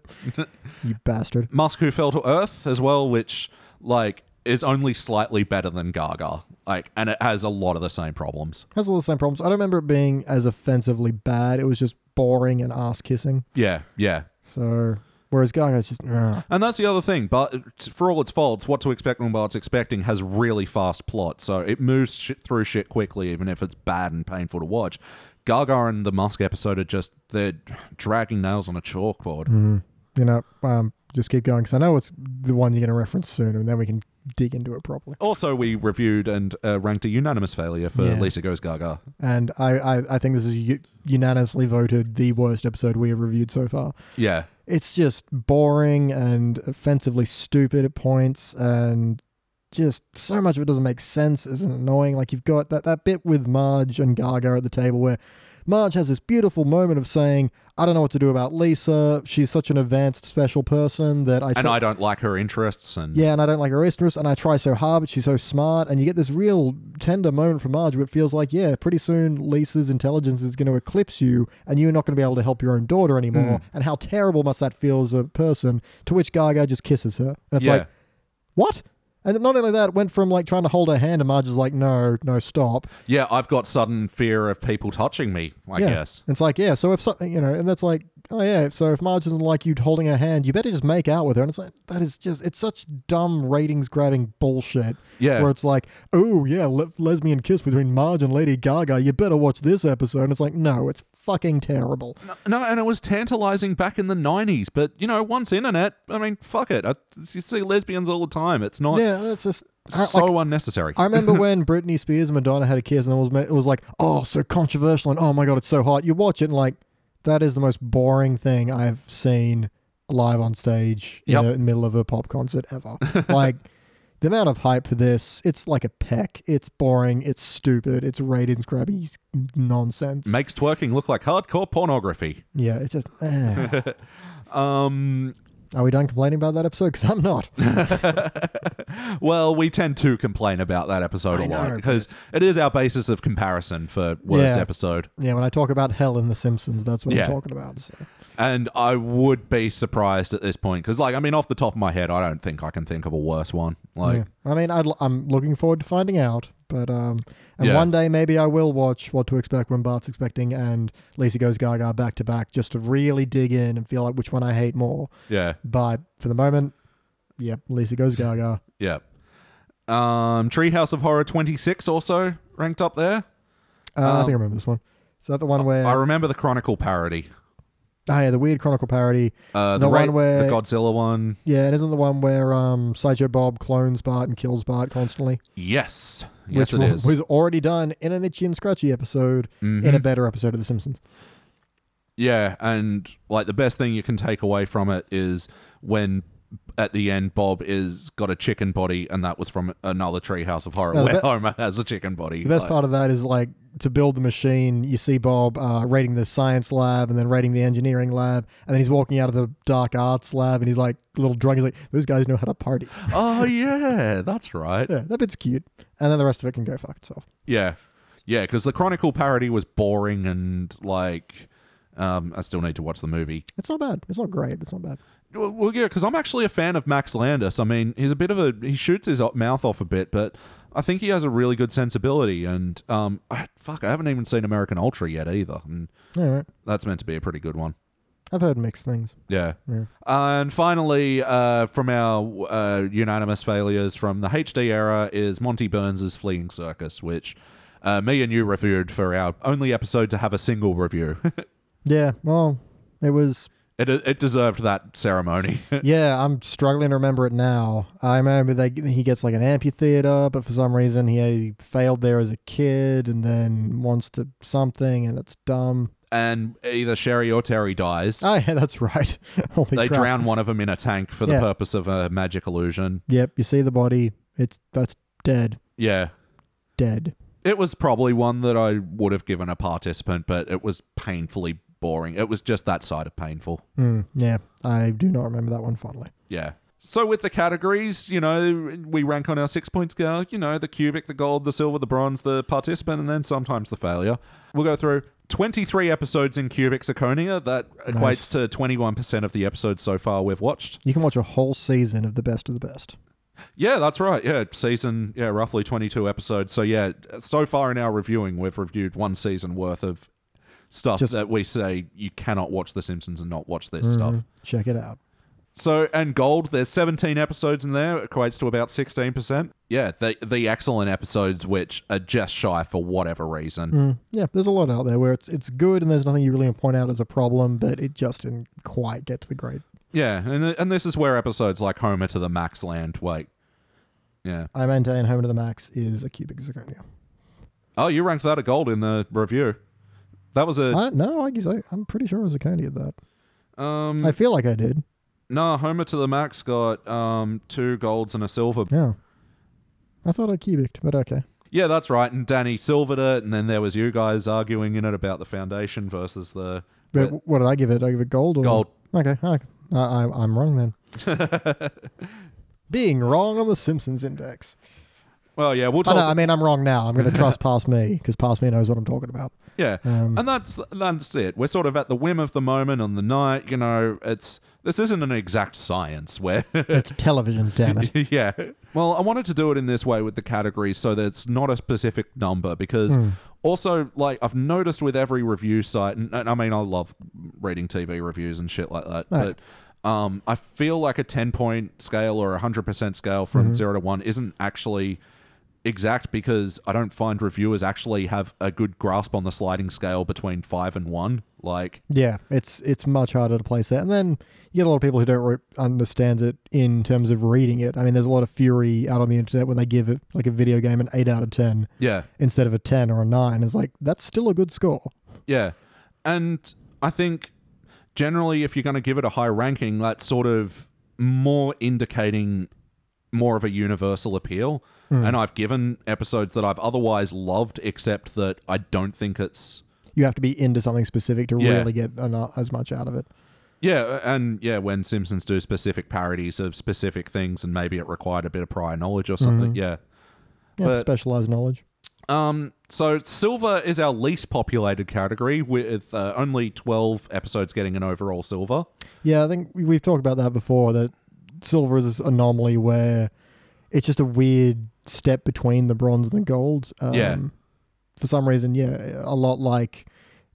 you bastard. Musk who fell to Earth as well, which like is only slightly better than Gaga. Like, and it has a lot of the same problems. Has all the same problems. I don't remember it being as offensively bad. It was just boring and ass kissing. Yeah, yeah. So, whereas Gaga's just. "Ugh." And that's the other thing, but for all its faults, what to expect when Bart's expecting has really fast plot, so it moves shit through shit quickly, even if it's bad and painful to watch. Gaga and the Musk episode are just they're dragging nails on a chalkboard. Mm. you know, um, just keep going because I know it's the one you're going to reference soon, and then we can dig into it properly. Also, we reviewed and uh, ranked a unanimous failure for Yeah. Lisa Goes Gaga. And I, I, I think this is u- unanimously voted the worst episode we have reviewed so far. Yeah, It's just boring and offensively stupid at points, and just so much of it doesn't make sense. Isn't annoying? Like you've got that that bit with Marge and Gaga at the table where. Marge has this beautiful moment of saying, I don't know what to do about Lisa. She's such an advanced, special person that I. and tr- I don't like her interests. And yeah, and I don't like her interest, and I try so hard, but she's so smart, and you get this real tender moment from Marge where it feels like, yeah, pretty soon Lisa's intelligence is going to eclipse you, and you're not going to be able to help your own daughter anymore. And how terrible must that feel as a person? To which Gaga just kisses her, and it's yeah. like, what? And not only that, it went from like trying to hold her hand, and Marge is like, no, no, stop. Yeah, I've got sudden fear of people touching me, I yeah. guess. It's like, yeah, so if something, you know, and that's like, oh, yeah, so if Marge doesn't like you holding her hand, you better just make out with her. And it's like, that is just, it's such dumb ratings grabbing bullshit. Yeah. Where it's like, oh, yeah, le- lesbian kiss between Marge and Lady Gaga. You better watch this episode. And it's like, no, it's fucking terrible. No, and it was tantalizing back in the 90s, but you know, once internet, I mean, fuck it. I, you see lesbians all the time. It's not Yeah, that's just. I- Oh. so like, unnecessary. I remember when Britney Spears and Madonna had a kiss, and it was ma- it was like, oh, so controversial, and oh my god, it's so hot. You watch it, and like, that is the most boring thing I've seen live on stage you Yep. know, in the middle of a pop concert ever. like, the amount of hype for this, it's like a peck. It's boring. It's stupid. It's ratings grabby s- nonsense. Makes twerking look like hardcore pornography. yeah, it's just. eh. Um, Are we done complaining about that episode? Because I'm not. well, we tend to complain about that episode a I lot know, because it is our basis of comparison for worst Yeah. episode. yeah, when I talk about hell in The Simpsons, that's what Yeah. I'm talking about. So. And I would be surprised at this point because, like, I mean, off the top of my head, I don't think I can think of a worse one. Like, Yeah. I mean, I'd, l- I'm looking forward to finding out, but um, and Yeah. one day maybe I will watch What to Expect When Bart's Expecting and Lisa Goes Gaga back to back just to really dig in and feel like which one I hate more. yeah. But for the moment, yep, Lisa Goes Gaga. Yeah. Um, Treehouse of Horror 26 also ranked up there. Uh, I think I remember this one. Is that the one where? Um, I remember the Chronicle parody. oh yeah, the weird Chronicle parody. Uh, The the, ra- one where- the Godzilla one. Yeah, it isn't the one where um, Sideshow Bob clones Bart and kills Bart constantly, Yes. Yes, which it wa- is. was already done in an Itchy and Scratchy episode in a better episode of The Simpsons. Yeah, and like the best thing you can take away from it is when at the end Bob is got a chicken body, and that was from another Treehouse of Horror No, the where be- Homer has a chicken body. The best Like, part of that is like to build the machine, you see Bob uh, raiding the science lab and then raiding the engineering lab, and then he's walking out of the dark arts lab and he's like a little drunk. He's like, "Those guys know how to party." Oh yeah, that's right. Yeah, that bit's cute, and then the rest of it can go fuck itself. Yeah. Yeah, because the Chronicle parody was boring and like um, I still need to watch the movie. It's not bad. It's not great. but It's not bad. Well, well yeah, because I'm actually a fan of Max Landis. I mean, he's a bit of a he shoots his o- mouth off a bit, but I think he has a really good sensibility. And um, I, fuck, I haven't even seen American Ultra yet either, and All right, that's meant to be a pretty good one. I've heard mixed things. Yeah. Yeah. And finally, uh, from our uh, unanimous failures from the HD era is Monty Burns' Fleeing Circus, which uh, me and you reviewed for our only episode to have a single review. Yeah. Well, it was. it, it deserved that ceremony. Yeah, I'm struggling to remember it now. I remember they he gets like an amphitheater, but for some reason he failed there as a kid, and then wants to something, and it's dumb. and either Sherry or Terry dies. Oh yeah, that's right. Holy they crap. drown one of them in a tank for the Yeah. purpose of a magic illusion. Yep, you see the body. It's that's dead, Yeah. dead. It was probably one that I would have given a participant, but it was painfully boring. It was just that side of painful. Hmm, yeah, I do not remember that one fondly. Yeah. So with the categories, you know, we rank on our six point scale, you know, the cubic, the gold, the silver, the bronze, the participant, and then sometimes the failure. We'll go through 23 episodes in cubic zirconia. That equates Nice. to 21% of the episodes so far we've watched. You can watch a whole season of the best of the best. Yeah, that's right. Yeah, season, yeah, roughly 22 episodes. So, yeah, so far in our reviewing, we've reviewed one season worth of stuff Just- that we say you cannot watch The Simpsons and not watch this stuff. Mm-hmm. Check it out. So, and gold, there's 17 episodes in there, equates to about 16%. Yeah, the, the excellent episodes, which are just shy for whatever reason. Mm. Yeah, there's a lot out there where it's it's good and there's nothing you really point out as a problem, but it just didn't quite get to the grade. Yeah, and, and this is where episodes like Homer to the Max land, like, yeah. I maintain Home to the Max is a cubic zirconia. Oh, you ranked that a gold in the review. That was a. I, no, I guess I, I'm pretty sure I was a zirconia at that. um, I feel like I did. No, Homer to the Max got um two golds and a silver. Yeah. I thought I cubicked, but okay. Yeah, that's right. And Danny silvered it, and then there was you guys arguing in it about the foundation versus the. But what did I give it? Did I give it gold or Gold. Okay, I, I, I- I'm wrong then. Being wrong on the Simpsons index. Well, yeah, we'll I talk. know. I mean, I'm wrong now. I'm going to trust past me because past me knows what I'm talking about. Um, Yeah, and that's that's it. We're sort of at the whim of the moment on the night. You know, it's this isn't an exact science where. It's television, damn it. yeah. Well, I wanted to do it in this way with the categories so that it's not a specific number because also, like, I've noticed with every review site, and, and I mean, I love reading TV reviews and shit like that, Right. but um, I feel like a 10 point scale or a 100% scale from 0 to 1 isn't actually exact because I don't find reviewers actually have a good grasp on the sliding scale between 5 and 1. Like, Yeah, it's it's much harder to place that. And then you get a lot of people who don't re- understand it in terms of reading it. I mean, there's a lot of fury out on the internet when they give it like a video game an eight out of ten yeah. instead of a ten or a nine. It's like that's still a good score. Yeah. And I think generally, if you're going to give it a high ranking, that's sort of more indicating more of a universal appeal. And I've given episodes that I've otherwise loved, except that I don't think it's. You have to be into something specific to Yeah. really get an- uh, as much out of it. Yeah, and yeah, when Simpsons do specific parodies of specific things, and maybe it required a bit of prior knowledge or something. Yeah. Yeah, But- specialized knowledge. Um, so silver is our least populated category, with uh, only twelve episodes getting an overall silver. Yeah, I think we- we've talked about that before. That silver is this anomaly where it's just a weird step between the bronze and the gold. Um, Yeah. For some reason, yeah, a lot like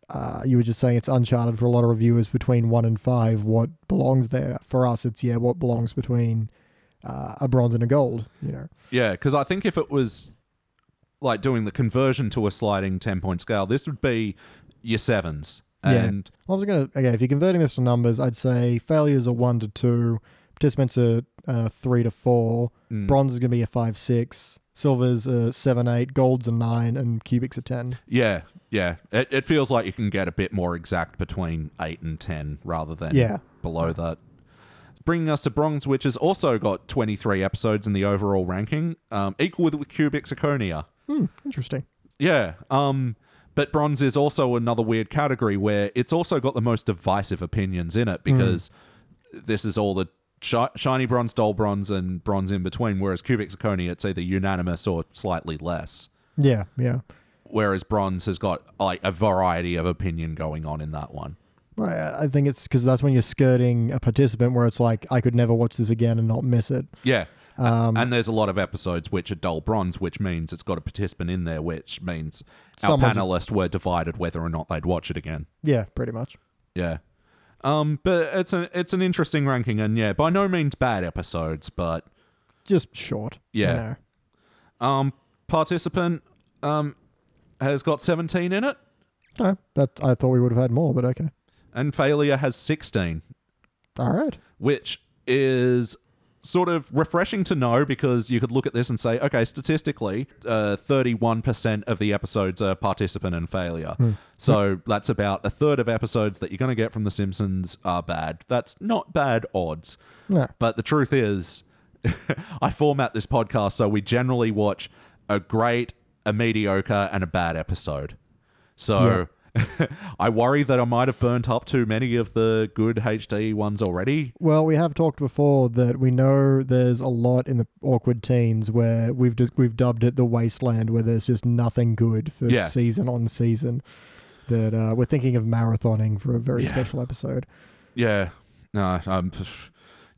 uh, you were just saying, it's uncharted for a lot of reviewers between one and five. What belongs there for us? It's yeah, what belongs between uh, a bronze and a gold. You know, Yeah, because I think if it was like doing the conversion to a sliding 10 point scale, this would be your sevens. Yeah. And I was gonna okay. If you're converting this to numbers, I'd say failures are one to two, participants are uh, three to four, Mm. bronze is gonna be a five six, silver's a seven eight, gold's a nine, and cubics a ten. yeah, yeah, it, it feels like you can get a bit more exact between 8 and 10 rather than Yeah. below that. Bringing us to bronze, which has also got 23 episodes in the overall ranking, um, equal with Cubic Zirconia. Hmm, interesting. Yeah. Um, but bronze is also another weird category where it's also got the most divisive opinions in it because this is all the shi- shiny bronze, dull bronze, and bronze in between. Whereas cubic zirconia, it's either unanimous or slightly less. Yeah, yeah. Whereas bronze has got like a variety of opinion going on in that one. Well, I I think it's because that's when you're skirting a participant where it's like I could never watch this again and not miss it. Yeah. Um, and there's a lot of episodes which are dull bronze, which means it's got a participant in there, which means our Someone just- panelists were divided whether or not they'd watch it again. Yeah, pretty much. Yeah. Um, but it's an it's an interesting ranking, and yeah, by no means bad episodes, but Just short. you Yeah. know. um, participant um has got seventeen in it, No, that I thought we would have had more, but okay. and failure has sixteen, All right. which is sort of refreshing to know because you could look at this and say, okay, statistically, thirty one percent of the episodes are participant and failure, so that's about a third of episodes that you're going to get from The Simpsons are bad. That's not bad odds. No. But the truth is, I format this podcast so we generally watch a great, a mediocre, and a bad episode. So I worry that I might have burnt up too many of the good HD ones already. Well, we have talked before that we know there's a lot in the awkward teens where we've just we've dubbed it the wasteland, where there's just nothing good for Yeah. season on season. That uh, we're thinking of marathoning for a very Yeah. special episode. Yeah. No, um,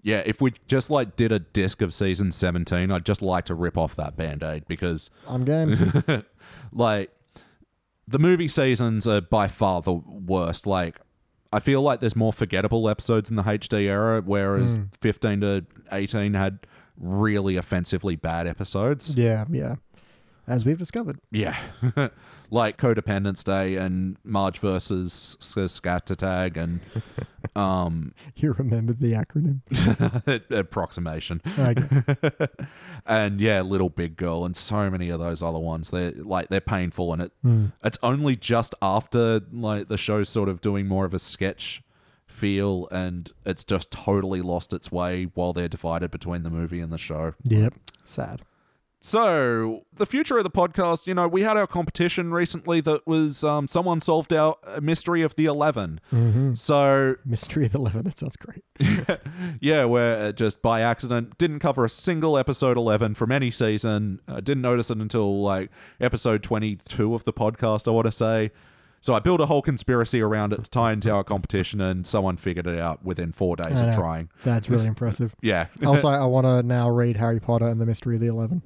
yeah, if we just like did a disc of season 17, I'd just like to rip off that band aid because I'm game. like the movie seasons are by far the worst like i feel like there's more forgettable episodes in the hd era whereas 15 to 18 had really offensively bad episodes yeah, yeah. As we've discovered, yeah like codependence day and marge versus Scattertag and um you remembered the acronym. approximation Okay. and yeah, little big girl, and so many of those other ones. They're like they're painful, and it it's only just after like the show's sort of doing more of a sketch feel, and it's just totally lost its way while they're divided between the movie and the show. yep. Sad. So, the future of the podcast, you know, we had our competition recently that was um, someone solved our uh, mystery of the 11. So, Mystery of the Eleven. That sounds great. yeah, where it just by accident didn't cover a single episode 11 from any season. I didn't notice it until like episode 22 of the podcast, I want to say. So I built a whole conspiracy around it to tie into our competition, and someone figured it out within four days of Yeah. trying. Uh, That's really impressive. Yeah. Also, I want to now read Harry Potter and the Mystery of the Eleven,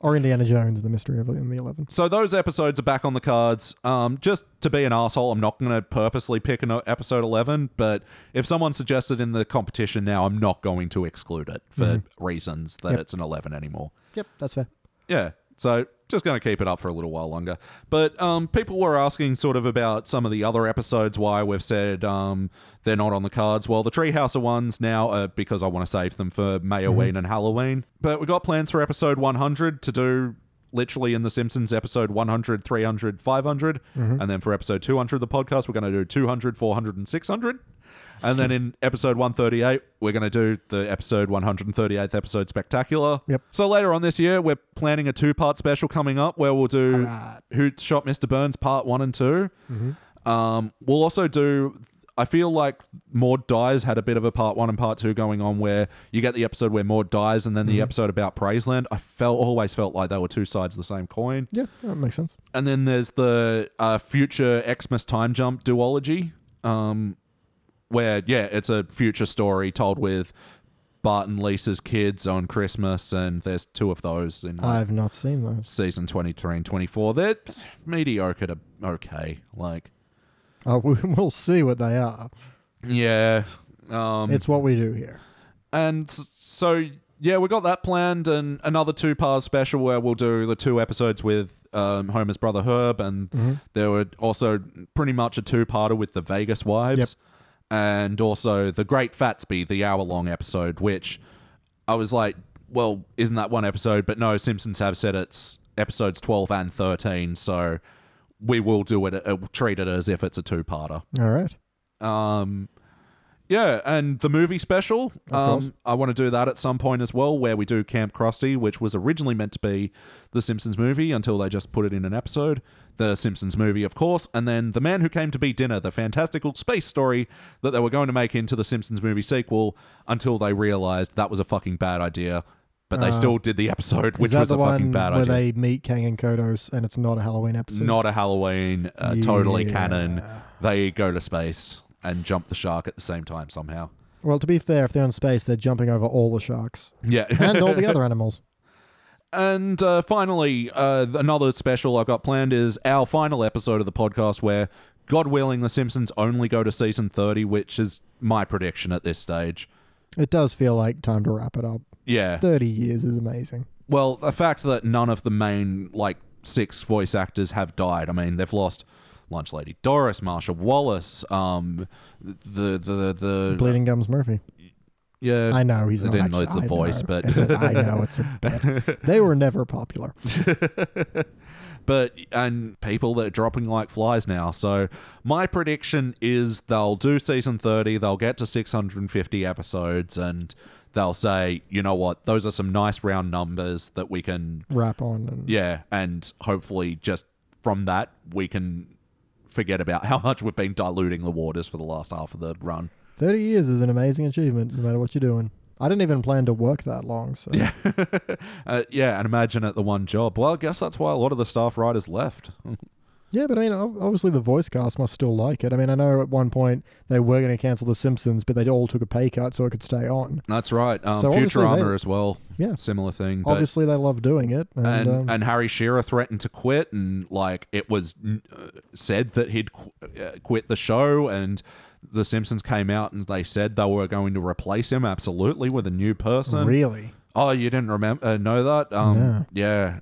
or Indiana Jones and the Mystery of the Eleven. So those episodes are back on the cards. Um, just to be an asshole, I'm not going to purposely pick an o- episode 11, but if someone suggested in the competition now, I'm not going to exclude it for reasons that Mm-hmm. Yep. it's an 11 anymore. Yep, that's fair. Yeah. So just going to keep it up for a little while longer. But um, people were asking sort of about some of the other episodes why we've said um, they're not on the cards. Well, the Treehouse of Ones now uh, because I want to save them for Mayoween and Halloween. But we got plans for episode 100 to do literally in The Simpsons episode 100, 300, 500. And then for episode 200 of the podcast, we're going to do 200, 400, and 600. And then in episode 138, we're going to do the episode 138th episode spectacular. Yep. So later on this year, we're planning a two part special coming up where we'll do Alright. Who Shot Mr. Burns part one and 2 Um, we'll also do. I feel like Maud Dies had a bit of a part one and part two going on where you get the episode where Maud dies and then the episode about Praiseland. I felt always felt like they were two sides of the same coin. Yeah, that makes sense. And then there's the uh, future Xmas time jump duology, um, where yeah, it's a future story told with Bart and Lisa's kids on Christmas, and there's two of those in like, I've not seen those. season 23 and 24. They're mediocre to okay, like Oh, we, we'll see what they are. yeah. Um, It's what we do here. And s- so, yeah, we got that planned, and another two part special where we'll do the two episodes with um, Homer's brother Herb, and there were also pretty much a two parter with the Vegas wives, Yep. and also the Great Fatsby, the hour long episode, which I was like, well, isn't that one episode? But no, Simpsons have said it's episodes 12 and 13, so we will do it, uh, treat it as if it's a two parter. All right. Um, yeah, and the movie special. course. Um, I want to do that at some point as well, where we do Camp Krusty, which was originally meant to be the Simpsons movie until they just put it in an episode. The Simpsons movie, of course, and then The Man Who Came to Be Dinner, the fantastical space story that they were going to make into the Simpsons movie sequel until they realized that was a fucking bad idea. But they still did the episode, which Uh, Is that was the a fucking one bad where idea. they meet Kang and Kodos and it's not a Halloween episode? Not a Halloween, uh, totally Yeah. canon. They go to space and jump the shark at the same time somehow. Well, to be fair, if they're in space, they're jumping over all the sharks Yeah. and all the other animals. And uh, finally, uh, th- another special I've got planned is our final episode of the podcast where, God willing, The Simpsons only go to season 30, which is my prediction at this stage. It does feel like time to wrap it up. Yeah. 30 years is amazing. Well, the fact that none of the main, like, six voice actors have died. I mean, they've lost Lunch Lady Doris, Marsha Wallace, um, the, the, the, Bleeding Gums Murphy. yeah. I know he's I not didn't actually- know it's a I voice, know. but- It's a- I know it's a bit. They were never popular. but and people that are dropping like flies now. So my prediction is they'll do season 30, they'll get to 650 episodes and they'll say, "You know what? Those are some nice round numbers that we can Wrap on and yeah, and hopefully just from that we can forget about how much we've been diluting the waters for the last half of the run." 30 years is an amazing achievement, no matter what you're doing. I didn't even plan to work that long, so yeah. Uh, yeah, and imagine at the one job. Well, I guess that's why a lot of the staff writers left. but I mean, ob- obviously the voice cast must still like it. I mean, I know at one point they were going to cancel The Simpsons, but they all took a pay cut so it could stay on. That's right. Um, So obviously Futurama they- as well. Yeah. Similar thing. But Obviously, they love doing it, and, and um, and Harry Shearer threatened to quit, and like it was uh, said that he'd qu- uh, quit the show, and the Simpsons came out and they said they were going to replace him absolutely with a new person. really, Oh, you didn't remember uh, know that? Um, No. Yeah.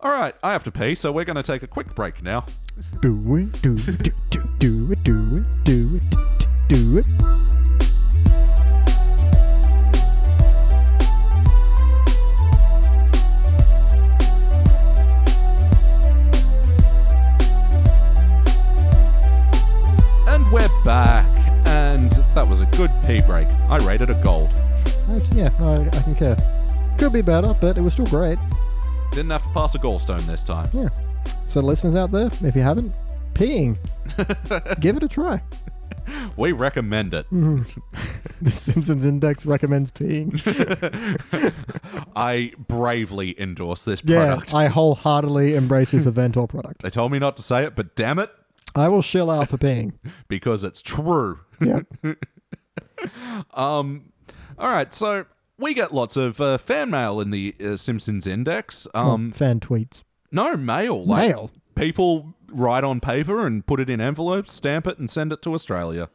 All right, I have to pee, so we're going to take a quick break now. do it, do it, do do do it, do it, do it, do it. And we're back, and that was a good pee break. I rated a gold. Act- Yeah, I, I can care. Could be better, but it was still great. Didn't have to pass a gallstone this time. Yeah. So, listeners out there, if you haven't, peeing, give it a try. We recommend it. Mm-hmm. The Simpsons Index recommends peeing. I bravely endorse this Yeah, product. I wholeheartedly embrace this event or product. they told me not to say it, but damn it, I will shell out for peeing. because it's true. Yep. All right, so we get lots of uh, fan mail in the uh, Simpsons Index. Um, Fan tweets. no mail, like Mail? People write on paper and put it in envelopes, stamp it, and send it to Australia.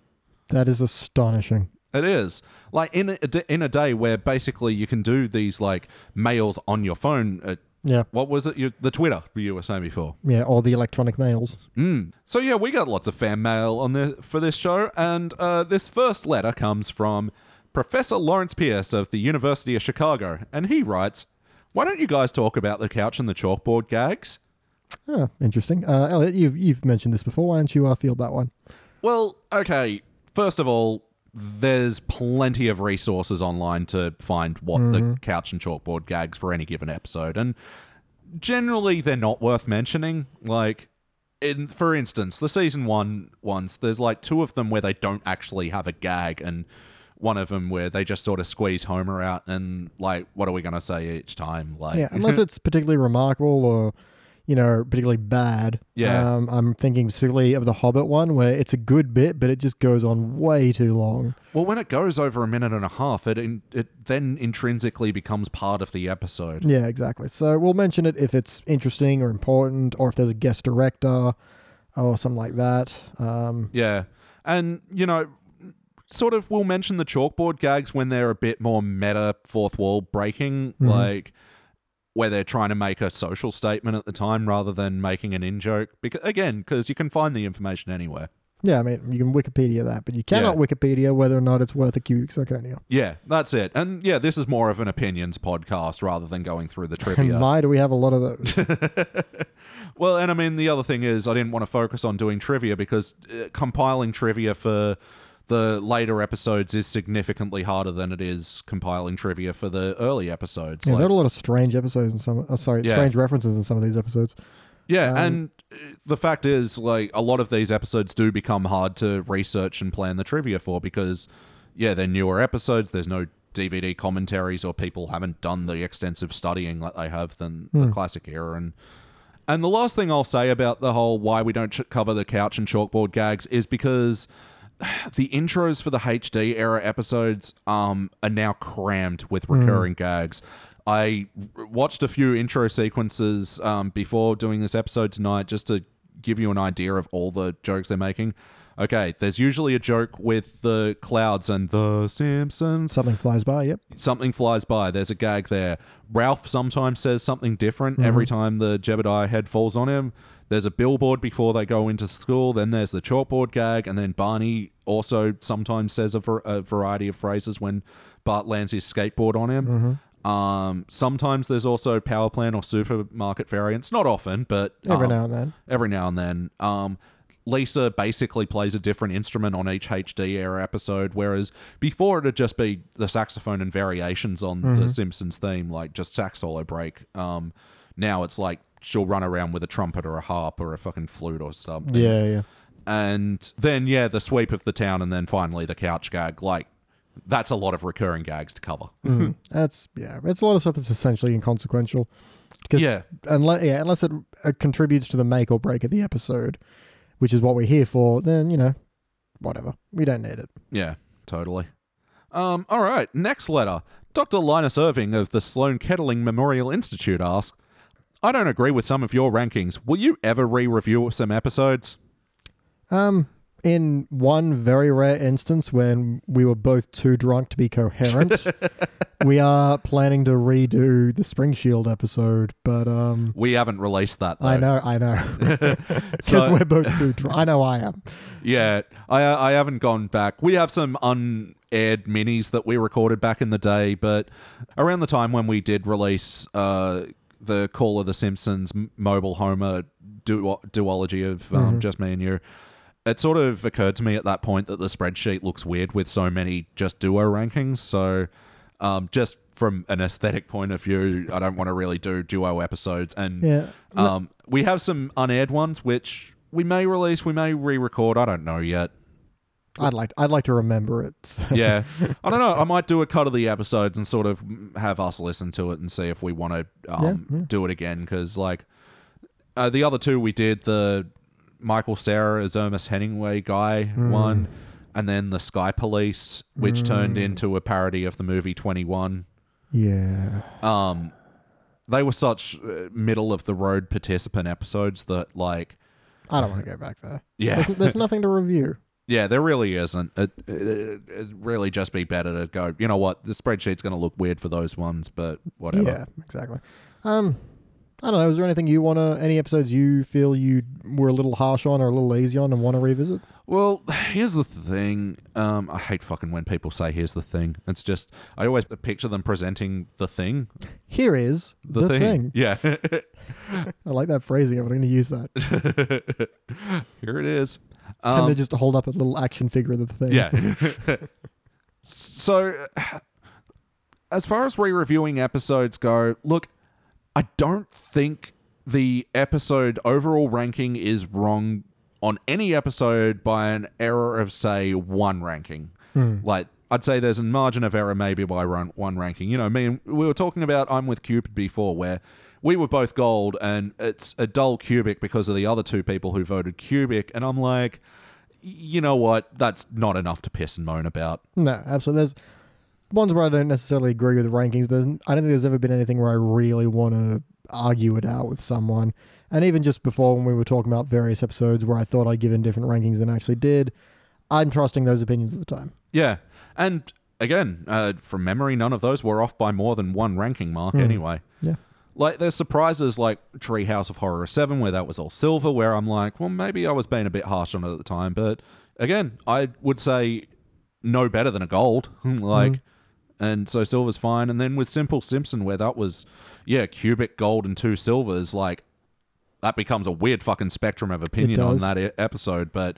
That is astonishing. It is like in a, d- in a day where basically you can do these like mails on your phone. Uh, Yeah. what was it? You, the Twitter you were saying before. Yeah, all the electronic mails. Mm. So yeah, we got lots of fan mail on the for this show, and uh, this first letter comes from Professor Lawrence Pierce of the University of Chicago, and he writes, "Why don't you guys talk about the couch and the chalkboard gags?" Ah, interesting. Uh, Elliot, you've, you've mentioned this before. Why don't you uh, field that one? Well, okay. First of all, there's plenty of resources online to find what Mm-hmm. the couch and chalkboard gags for any given episode, and generally they're not worth mentioning. Like, in for instance, the season one ones, there's like two of them where they don't actually have a gag, and one of them where they just sort of squeeze Homer out, and like, what are we gonna say each time? Like, Yeah, unless it's particularly remarkable or, you know, particularly bad. Yeah. Um, I'm thinking specifically of the Hobbit one where it's a good bit, but it just goes on way too long. well, when it goes over a minute and a half, it in, it then intrinsically becomes part of the episode. Yeah, exactly. So we'll mention it if it's interesting or important or if there's a guest director or something like that. Um, Yeah. And, you know, sort of we'll mention the chalkboard gags when they're a bit more meta fourth wall breaking, like where they're trying to make a social statement at the time rather than making an in joke. Because again, because you can find the information anywhere. yeah, I mean, you can Wikipedia that, but you cannot Yeah. Wikipedia whether or not it's worth a cubic zirconia. Yeah, that's it. And yeah, this is more of an opinions podcast rather than going through the And trivia. why do we have a lot of those? Well, and I mean, the other thing is, I didn't want to focus on doing trivia because uh, compiling trivia for the later episodes is significantly harder than it is compiling trivia for the early episodes. yeah, Like- there are a lot of strange episodes in some. Uh, sorry, Yeah. strange references in some of these episodes. yeah, and uh, the fact is, like, a lot of these episodes do become hard to research and plan the trivia for because, yeah, they're newer episodes. There's no DVD commentaries or people haven't done the extensive studying that they have than the classic era. And and the last thing I'll say about the whole why we don't ch- cover the couch and chalkboard gags is because the intros for the HD era episodes um, are now crammed with recurring gags. I r- watched a few intro sequences um, before doing this episode tonight just to give you an idea of all the jokes they're making. Okay, there's usually a joke with the clouds and the Simpsons Something flies by. Yep. something flies by. There's a gag there. Ralph sometimes says something different every time the Jebediah head falls on him. There's a billboard before they go into school. Then there's the chalkboard gag, and then Barney also sometimes says a, var- a variety of phrases when Bart lands his skateboard on him. Um, sometimes there's also power plant or supermarket variants. Not often, but Every um, now and then. every now and then. Um, Lisa basically plays a different instrument on each HD era episode, whereas before it'd just be the saxophone and variations on the Simpsons theme, like just sax solo break. Um, now it's like she'll run around with a trumpet or a harp or a fucking flute or something. Yeah, yeah. And then, yeah, the sweep of the town, and then finally the couch gag. Like, that's a lot of recurring gags to cover. Mm. that's yeah. It's a lot of stuff that's essentially inconsequential. 'Cause Yeah. Unless yeah, unless it uh, contributes to the make or break of the episode, which is what we're here for, then you know, whatever. We don't need it. Yeah, totally. Um, all right, next letter. Dr. Linus Irving of the Sloan Kettling Memorial Institute asks I don't agree with some of your rankings. Will you ever re review some episodes? Um, in one very rare instance when we were both too drunk to be coherent, we are planning to redo the Spring Shield episode, but um. We haven't released that, though. I know, I know. Because So- we're both too drunk. I know I am. Yeah, I, I haven't gone back. We have some unaired minis that we recorded back in the day, but around the time when we did release uh, the Call of the Simpsons m- mobile Homer duo- duology of um, Just Me and You, it sort of occurred to me at that point that the spreadsheet looks weird with so many just duo rankings. So um, just from an aesthetic point of view, I don't want to really do duo episodes. And Yeah. um, we have some unaired ones, which we may release, we may re record. I don't know yet. I'd like I'd like to remember it. so. Yeah. I don't know. I might do a cut of the episodes and sort of have us listen to it and see if we want to um, Yeah, yeah. do it again. Because, like, uh, the other two we did the Michael Sarah as Ernest Hemingway guy Hmm. one, and then the Sky Police, which turned into a parody of the movie 21. yeah. um they were such uh, middle of the road participant episodes that like I don't want to go back there. yeah There's, there's nothing to review. yeah there really isn't it, it it'd really just be better to go you know what the spreadsheet's going to look weird for those ones but whatever Yeah, exactly. Um, I don't know. Is there anything you want to? Any episodes you feel you were a little harsh on or a little easy on and want to revisit? well here's the thing um i hate fucking when people say here's the thing it's just i always picture them presenting the thing Here is the, thing. yeah I like that phrasing. I'm going to use that. here it is and um they just hold up a little action figure of the thing. Yeah. so, as far as re reviewing episodes go, look, I don't think the episode overall ranking is wrong on any episode by an error of, say, one ranking. Like, I'd say there's a margin of error maybe by run, one ranking. You know, me and we were talking about I'm with Cupid before, where we were both gold, and it's a dull cubic because of the other two people who voted cubic. And I'm like, you know what? That's not enough to piss and moan about. No, absolutely. There's ones where I don't necessarily agree with the rankings, but I don't think there's ever been anything where I really want to argue it out with someone. And even just before when we were talking about various episodes where I thought I'd given different rankings than I actually did, I'm trusting those opinions at the time. Yeah. And again, uh, from memory, none of those were off by more than one ranking mark anyway. Hmm. Yeah. Like, there's surprises like Treehouse of Horror 7, where that was all silver, where I'm like, well, maybe I was being a bit harsh on it at the time. But again, I would say no better than a gold. like, Hmm. and so silver's fine. And then with Simple Simpson, where that was, yeah, cubic gold and two silvers, like, that becomes a weird fucking spectrum of opinion on does. that e- episode, but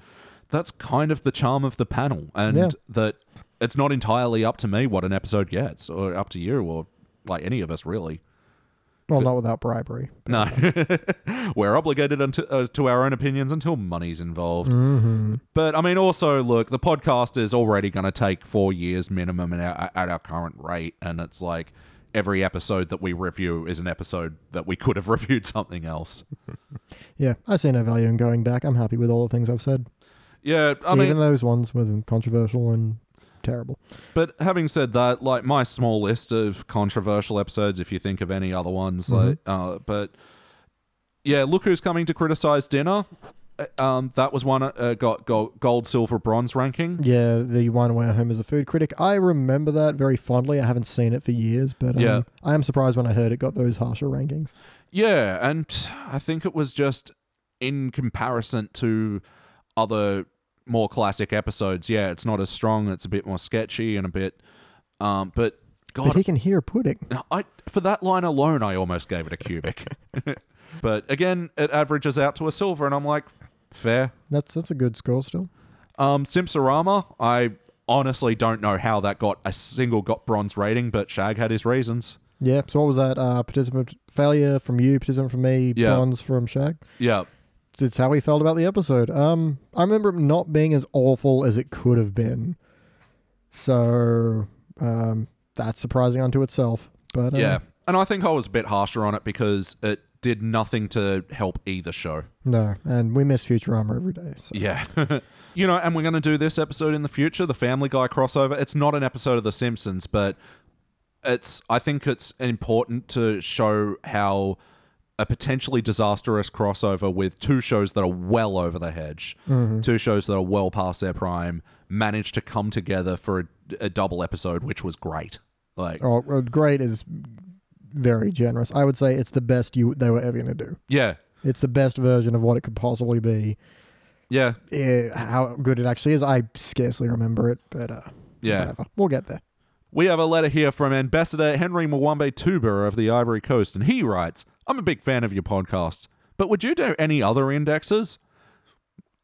that's kind of the charm of the panel, and Yeah. that it's not entirely up to me what an episode gets, or up to you, or like any of us really. Well, not without bribery. No, we're obligated unto, uh, to our own opinions until money's involved. Mm-hmm. But I mean, also look, the podcast is already going to take four years minimum at our, at our current rate, and it's like every episode that we review is an episode that we could have reviewed something else. Yeah, I see no value in going back. I'm happy with all the things I've said, Yeah, I mean, even those ones were controversial and terrible. But having said that, like my small list of controversial episodes, if you think of any other ones, like, uh, but yeah, look who's coming to criticize dinner. Uh, Um, that was one uh, got gold, gold, silver, bronze ranking. Yeah, the one where Homer's a food critic. I remember that very fondly. I haven't seen it for years, but um, Yeah. I am surprised when I heard it got those harsher rankings. Yeah, and I think it was just in comparison to other more classic episodes. Yeah, it's not as strong. It's a bit more sketchy and a bit. Um, but God, But he can hear pudding. No, I for that line alone, I almost gave it a cubic. but again, it averages out to a silver, and I'm like, fair. That's that's a good score still. Um, Simpsorama, I honestly don't know how that got a single got bronze rating, but Shag had his reasons. Yeah. So what was that? Uh, participant failure from you, participant from me, Yeah. bronze from Shag. Yeah, It's how we felt about the episode. Um, I remember it not being as awful as it could have been. So, um, that's surprising unto itself. But uh, yeah, and I think I was a bit harsher on it because it did nothing to help either show. no, and we miss Futurama every day. So. Yeah. you know, and we're going to do this episode in the future, the Family Guy crossover. It's not an episode of The Simpsons, but it's I think it's important to show how a potentially disastrous crossover with two shows that are well over the hedge, two shows that are well past their prime, managed to come together for a, a double episode, which was great. Like, Oh, well, great is very generous. I would say it's the best you they were ever going to do. yeah, It's the best version of what it could possibly be. yeah, Eh, how good it actually is, I scarcely remember it, but uh, yeah. whatever. We'll get there. We have a letter here from Ambassador Henry Mwambe Tuber of the Ivory Coast, and he writes I'm a big fan of your podcast, but would you do any other indexes?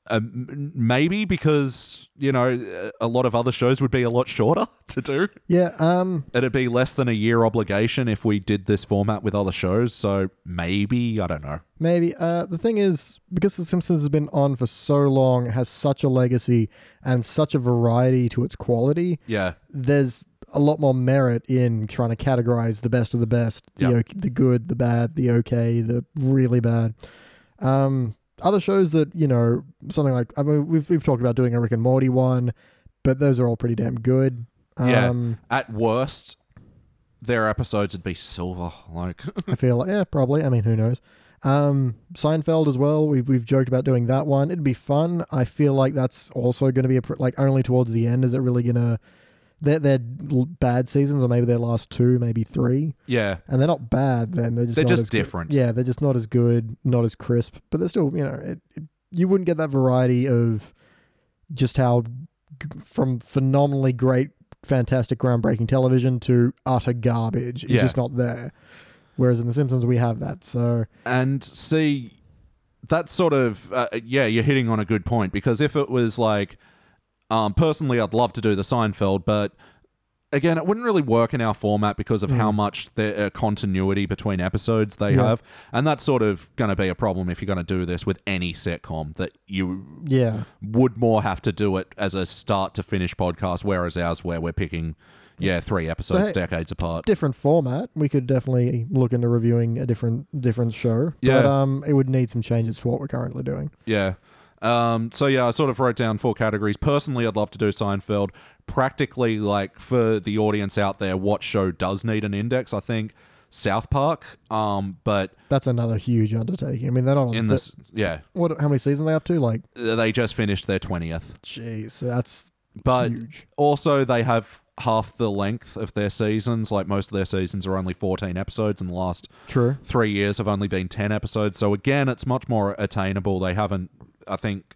Um, maybe because you know a lot of other shows would be a lot shorter to do. Yeah. Um, It'd be less than a year obligation if we did this format with other shows. So maybe I don't know. Maybe. Uh, the thing is, because The Simpsons has been on for so long, has such a legacy and such a variety to its quality, Yeah, there's a lot more merit in trying to categorize the best of the best, the, Yeah. ok- the good, the bad, the okay, the really bad. Um, other shows that, you know, something like, I mean, we've, we've talked about doing a Rick and Morty one, but those are all pretty damn good. Yeah. Um, at worst, their episodes would be silver. Like, I feel like, yeah, probably. I mean, who knows? Um, Seinfeld as well. We've, we've joked about doing that one. It'd be fun. I feel like that's also going to be a, pr- like only towards the end. Is it really going to, their, their l- bad seasons or maybe their last two, maybe three. yeah, And they're not bad then. They're just, they're not just as good- different. Yeah, they're just not as good, not as crisp, but they're still, you know, it, it, you wouldn't get that variety of just how g- from phenomenally great, fantastic, groundbreaking television to utter garbage. It's Yeah. just not there. Whereas in The Simpsons, we have that. So, and see that's sort of uh, yeah you're hitting on a good point because if it was like um personally i'd love to do the seinfeld but again it wouldn't really work in our format because of how much the uh, continuity between episodes they Mm. Yeah. have and that's sort of going to be a problem if you're going to do this with any sitcom that you yeah. would more have to do it as a start to finish podcast whereas ours where we're picking yeah three episodes hey- decades apart Different format. We could definitely look into reviewing a different different show. But Yeah. um, it would need some changes for what we're currently doing. Yeah. Um, so yeah, I sort of wrote down four categories. Personally, I'd love to do Seinfeld. Practically, like for the audience out there, what show does need an index? I think South Park. Um, but That's another huge undertaking. I mean, they're not on in this, yeah, What? How many seasons are they up to? Like, they just finished their twentieth. jeez, that's But huge. also, they have half the length of their seasons. Like most of their seasons are only fourteen episodes, and the last True. three years have only been 10 episodes. So again, it's much more attainable. They haven't, I think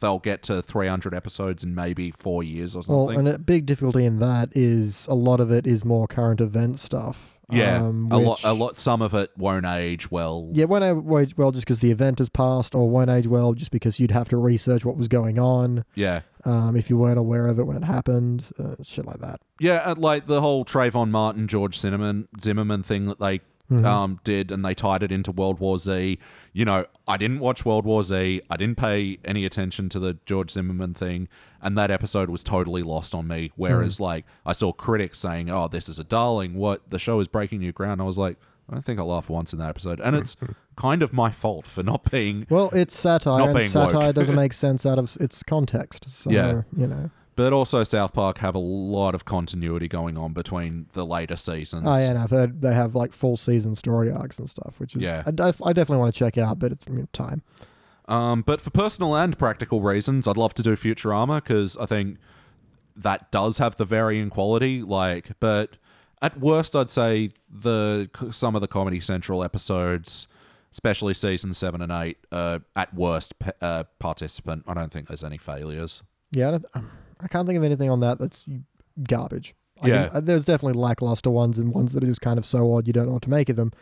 they'll get to 300 episodes in maybe four years or Well, something. and a big difficulty in that is a lot of it is more current event stuff. yeah. um, a lot, which- a lot, some of it won't age well. Yeah, won't age well just because the event has passed, or won't age well just because you'd have to research what was going on Yeah. um, if you weren't aware of it when it happened, uh, shit like that. Yeah. and, Like the whole Trayvon Martin, George Zimmerman, Zimmerman thing that they. Mm-hmm. Um, did and they tied it into World War Z. You know, I didn't watch World War Z. I didn't pay any attention to the George Zimmerman thing, and that episode was totally lost on me. Whereas, Mm. like, I saw critics saying, "Oh, this is a darling. What the show is breaking new ground." I was like, I don't think I laughed once in that episode, and it's kind of my fault for not being Well, it's satire, Not and being woke. satire doesn't make sense out of its context. So, Yeah. you know, But also, South Park have a lot of continuity going on between the later seasons. I and I've heard they have like full season story arcs and stuff, which is Yeah. I, def- I definitely want to check out, but it's I mean, time. Um, but for personal and practical reasons, I'd love to do Futurama because I think that does have the varying quality. Like, but at worst, I'd say the some of the Comedy Central episodes, especially season seven and eight, uh, at worst pe- uh, participant. I don't think there's any failures. Yeah, I, don't, um, I can't think of anything on that that's garbage. I Yeah. can- uh, there's definitely lackluster ones and ones that are just kind of so odd you don't know what to make of them.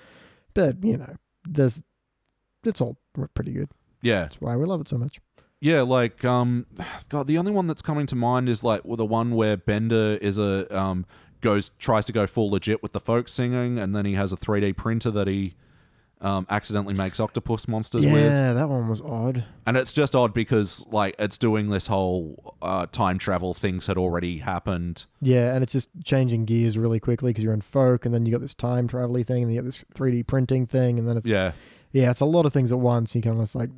But you know, there's it's all r- pretty good. Yeah, That's why we love it so much. Yeah, like um, God, the only one that's coming to mind is like well, the one where Bender is a um goes tries to go full legit with the folk singing, and then he has a 3D printer that he um accidentally makes octopus monsters with, Yeah, that one was odd. and it's just odd because like it's doing this whole uh time travel things had already happened. Yeah, and it's just changing gears really quickly because you're in folk, and then you got this time travel thing, and you got this 3D printing thing, and then it's Yeah, yeah, it's a lot of things at once. You kind of like,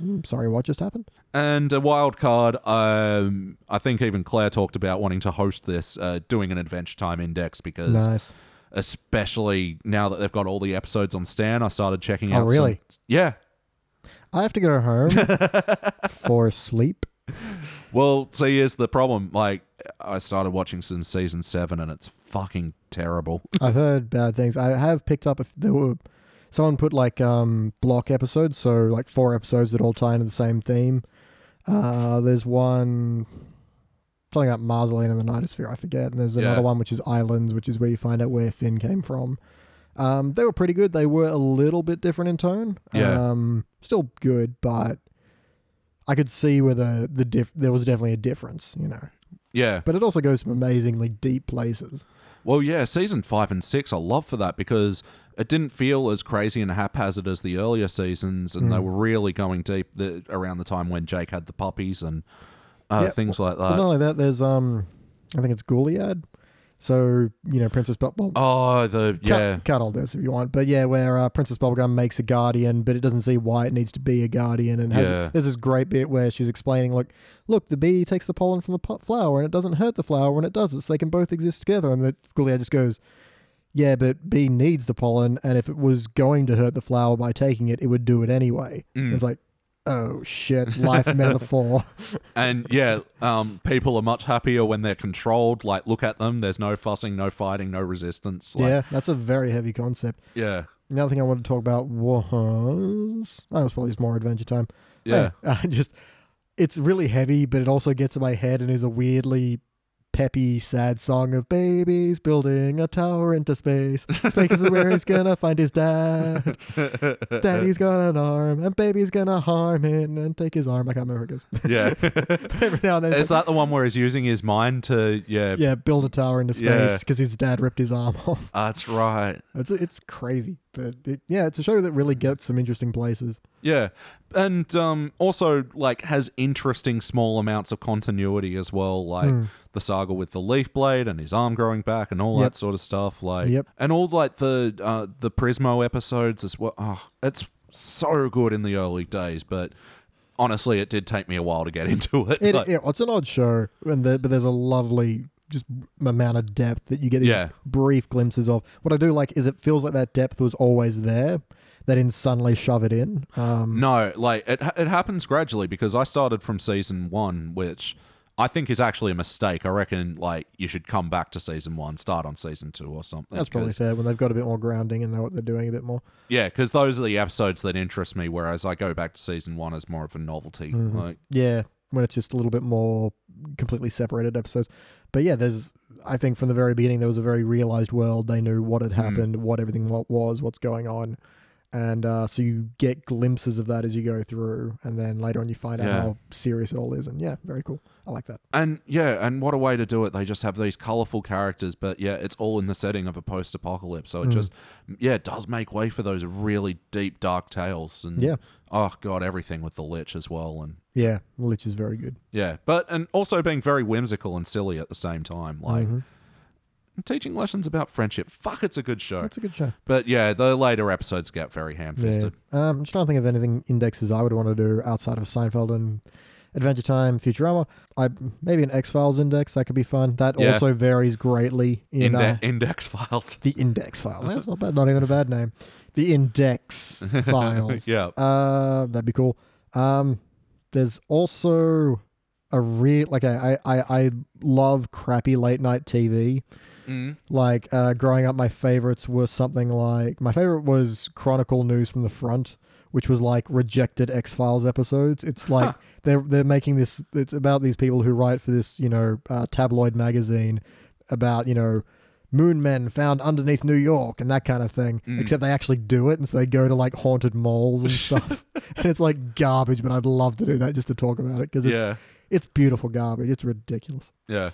"Mm, sorry, what just happened? and a wild card. Um, I think even Claire talked about wanting to host this, uh, doing an Adventure Time index because. Nice. especially now that they've got all the episodes on Stan. I started checking out. Oh, really? some- yeah. I have to go home for sleep. Well, see, here's the problem. Like, I started watching some season seven, and it's fucking terrible. I've heard bad things. I have picked up if there were someone put like um block episodes, so like four episodes that all tie into the same theme. Uh, there's one something about Marceline and the Nightosphere, I forget, and there's another Yeah. one which is Islands, which is where you find out where Finn came from. Um, they were pretty good. They were a little bit different in tone. Yeah. Um, still good, but I could see where the the diff- there was definitely a difference, you know. Yeah. But it also goes some amazingly deep places. Well, yeah, season five and six, I love for that because it didn't feel as crazy and haphazard as the earlier seasons, and Hmm. they were really going deep the, around the time when Jake had the puppies and uh, Yeah, things like but that. not only that, there's um, I think it's Gouliad. So you know, Princess Bubble. oh, the cut, yeah, cut all this if you want. But yeah, where uh, Princess Bubblegum makes a guardian, but it doesn't see why it needs to be a guardian. And has, Yeah. there's this great bit where she's explaining, like, look, the bee takes the pollen from the pot flower, and it doesn't hurt the flower when it does it, so they can both exist together. And the Gouliad just goes, yeah, but bee needs the pollen, and if it was going to hurt the flower by taking it, it would do it anyway. Hmm. Mm. It's like, oh shit, life metaphor. and yeah, um, people are much happier when they're controlled. Like, look at them. There's no fussing, no fighting, no resistance. Like, yeah, that's a very heavy concept. yeah, yeah, Another thing I wanted to talk about was that was probably just more adventure time. yeah. I just it's really heavy, but it also gets in my head and is a weirdly peppy, sad song of babies building a tower into space. Space is where he's gonna find his dad. Daddy's got an arm, and baby's gonna harm him and take his arm. I can't remember how it goes. Every now and then, Is it's like, that the one where he's using his mind to? Yeah, yeah, build a tower into Yeah. space because his dad ripped his arm off. Ah, that's right. It's it's crazy, but it, yeah, it's a show that really gets some interesting places. Yeah, and um, also like has interesting small amounts of continuity as well, like Hmm. the saga with the leaf blade and his arm growing back and all Yep. that sort of stuff. Like, Yep. and all like the uh, the Prismo episodes as well. Oh, it's so good in the early days, but honestly, it did take me a while to get into it. It, Like, yeah, it's an odd show, and the, but there's a lovely just amount of depth that you get these Yeah. brief glimpses of. What I do like is it feels like that depth was always there. They didn't suddenly shove it in. Um, No, like it it happens gradually because I started from season 1 which I think is actually a mistake. I reckon like you should come back to season 1, start on season 2 or something. that's probably 'cause- fair when they've got a bit more grounding and know what they're doing a bit more. Yeah, because those are the episodes that interest me, whereas I go back to season one as more of a novelty. Mm-hmm. Like, Yeah, when it's just a little bit more completely separated episodes. But yeah, there's I think from the very beginning there was a very realized world. They knew what had happened, what everything what was, what's going on. And uh, so you get glimpses of that as you go through, and then later on you find out Yeah. how serious it all is. And yeah, very cool. I like that. and yeah, and what a way to do it. They just have these colorful characters, but yeah, it's all in the setting of a post apocalypse. Mm. So it just, yeah, it does make way for those really deep, dark tales. And Yeah. oh, God, everything with the Lich as well. And Yeah, Lich is very good. yeah, but, and also being very whimsical and silly at the same time. Like, Mm-hmm. and teaching lessons about friendship. Fuck, it's a good show. That's a good show. but yeah, the later episodes get very ham Yeah. fisted. Um, I'm just trying to think of anything indexes I would want to do outside of Seinfeld and Adventure Time, Futurama. I maybe an X Files index that could be fun. That Yeah. also varies greatly in, uh, index files. the index files. That's not bad. Not even a bad name. The index files. Yeah. Uh, that'd be cool. Um, there's also a real like I, I I I love crappy late night TV. Mm. Like uh, growing up, my favorites were something like my favorite was Chronicle News from the Front, which was like rejected X Files episodes. It's like they're they're making this. It's about these people who write for this you know uh, tabloid magazine about you know moon men found underneath New York and that kind of thing. Mm. Except they actually do it, and so they go to like haunted malls and stuff. and it's like garbage, but I'd love to do that just to talk about it because it's Yeah. it's beautiful garbage. It's ridiculous. Yeah.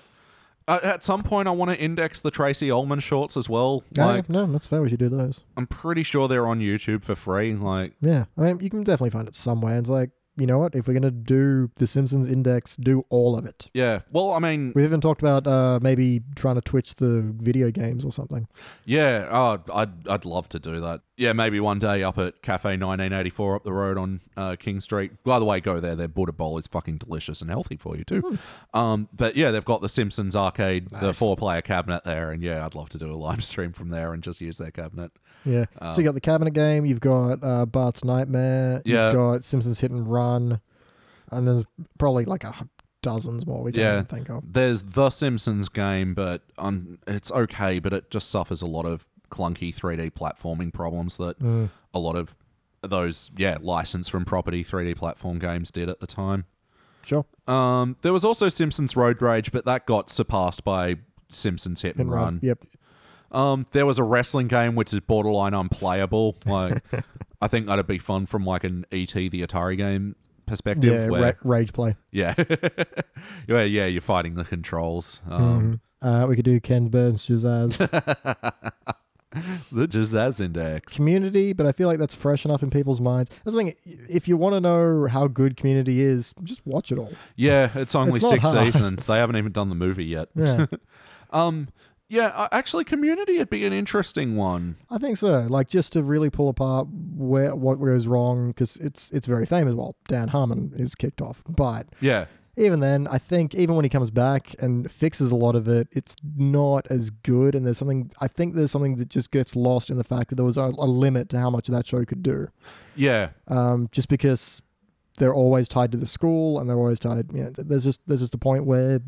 Uh, at some point, I want to index the Tracy Ullman shorts as well. Oh, Yeah, Like, no, that's fair. We should do those. I'm pretty sure they're on YouTube for free. Like, Yeah, I mean, you can definitely find it somewhere. It's like, you know what? If we're gonna do the Simpsons Index, do all of it. yeah. Well, I mean, We haven't talked about uh, maybe trying to Twitch the video games or something. yeah. Oh, I'd I'd love to do that. Yeah, maybe one day up at Cafe 1984 up the road on uh, King Street. By the way, go there. Their Buddha bowl is fucking delicious and healthy for you too. Um, but yeah, they've got the Simpsons arcade, the Hmm. Nice. four player cabinet there, and yeah, I'd love to do a live stream from there and just use their cabinet. Yeah. so Oh. you got the cabinet game. You've got uh, Bart's Nightmare. Yeah. You've got Simpsons Hit and Run, and there's probably like a h- dozens more we can't Yeah. even think of. There's the Simpsons game, but um, it's okay, but it just suffers a lot of clunky 3D platforming problems that Mm. a lot of those, yeah, licensed from property 3D platform games did at the time. Sure. Um, there was also Simpsons Road Rage, but that got surpassed by Simpsons Hit and Run. Yep. Um, there was a wrestling game which is borderline unplayable. Like, I think that'd be fun from like an ET E the Atari game perspective. Yeah, where, ra- rage play. yeah, yeah, yeah, you're fighting the controls. Um, Uh, we could do Ken Burns Jazz The Jazz Index. Community, but I feel like that's fresh enough in people's minds. That's the thing. If you want to know how good Community is, just watch it all. Yeah, it's only not six hard. seasons. They haven't even done the movie yet. Yeah, Um, yeah, uh, actually, Community would be an interesting one. I think so. Like just to really pull apart where what goes wrong because it's it's very famous. Well, Dan Harmon is kicked off, but Yeah, even then, I think even when he comes back and fixes a lot of it, it's not as good. And there's something I think there's something that just gets lost in the fact that there was a, a limit to how much that show could do. yeah, um, just because they're always tied to the school and they're always tied. You know, th- there's just there's just a point where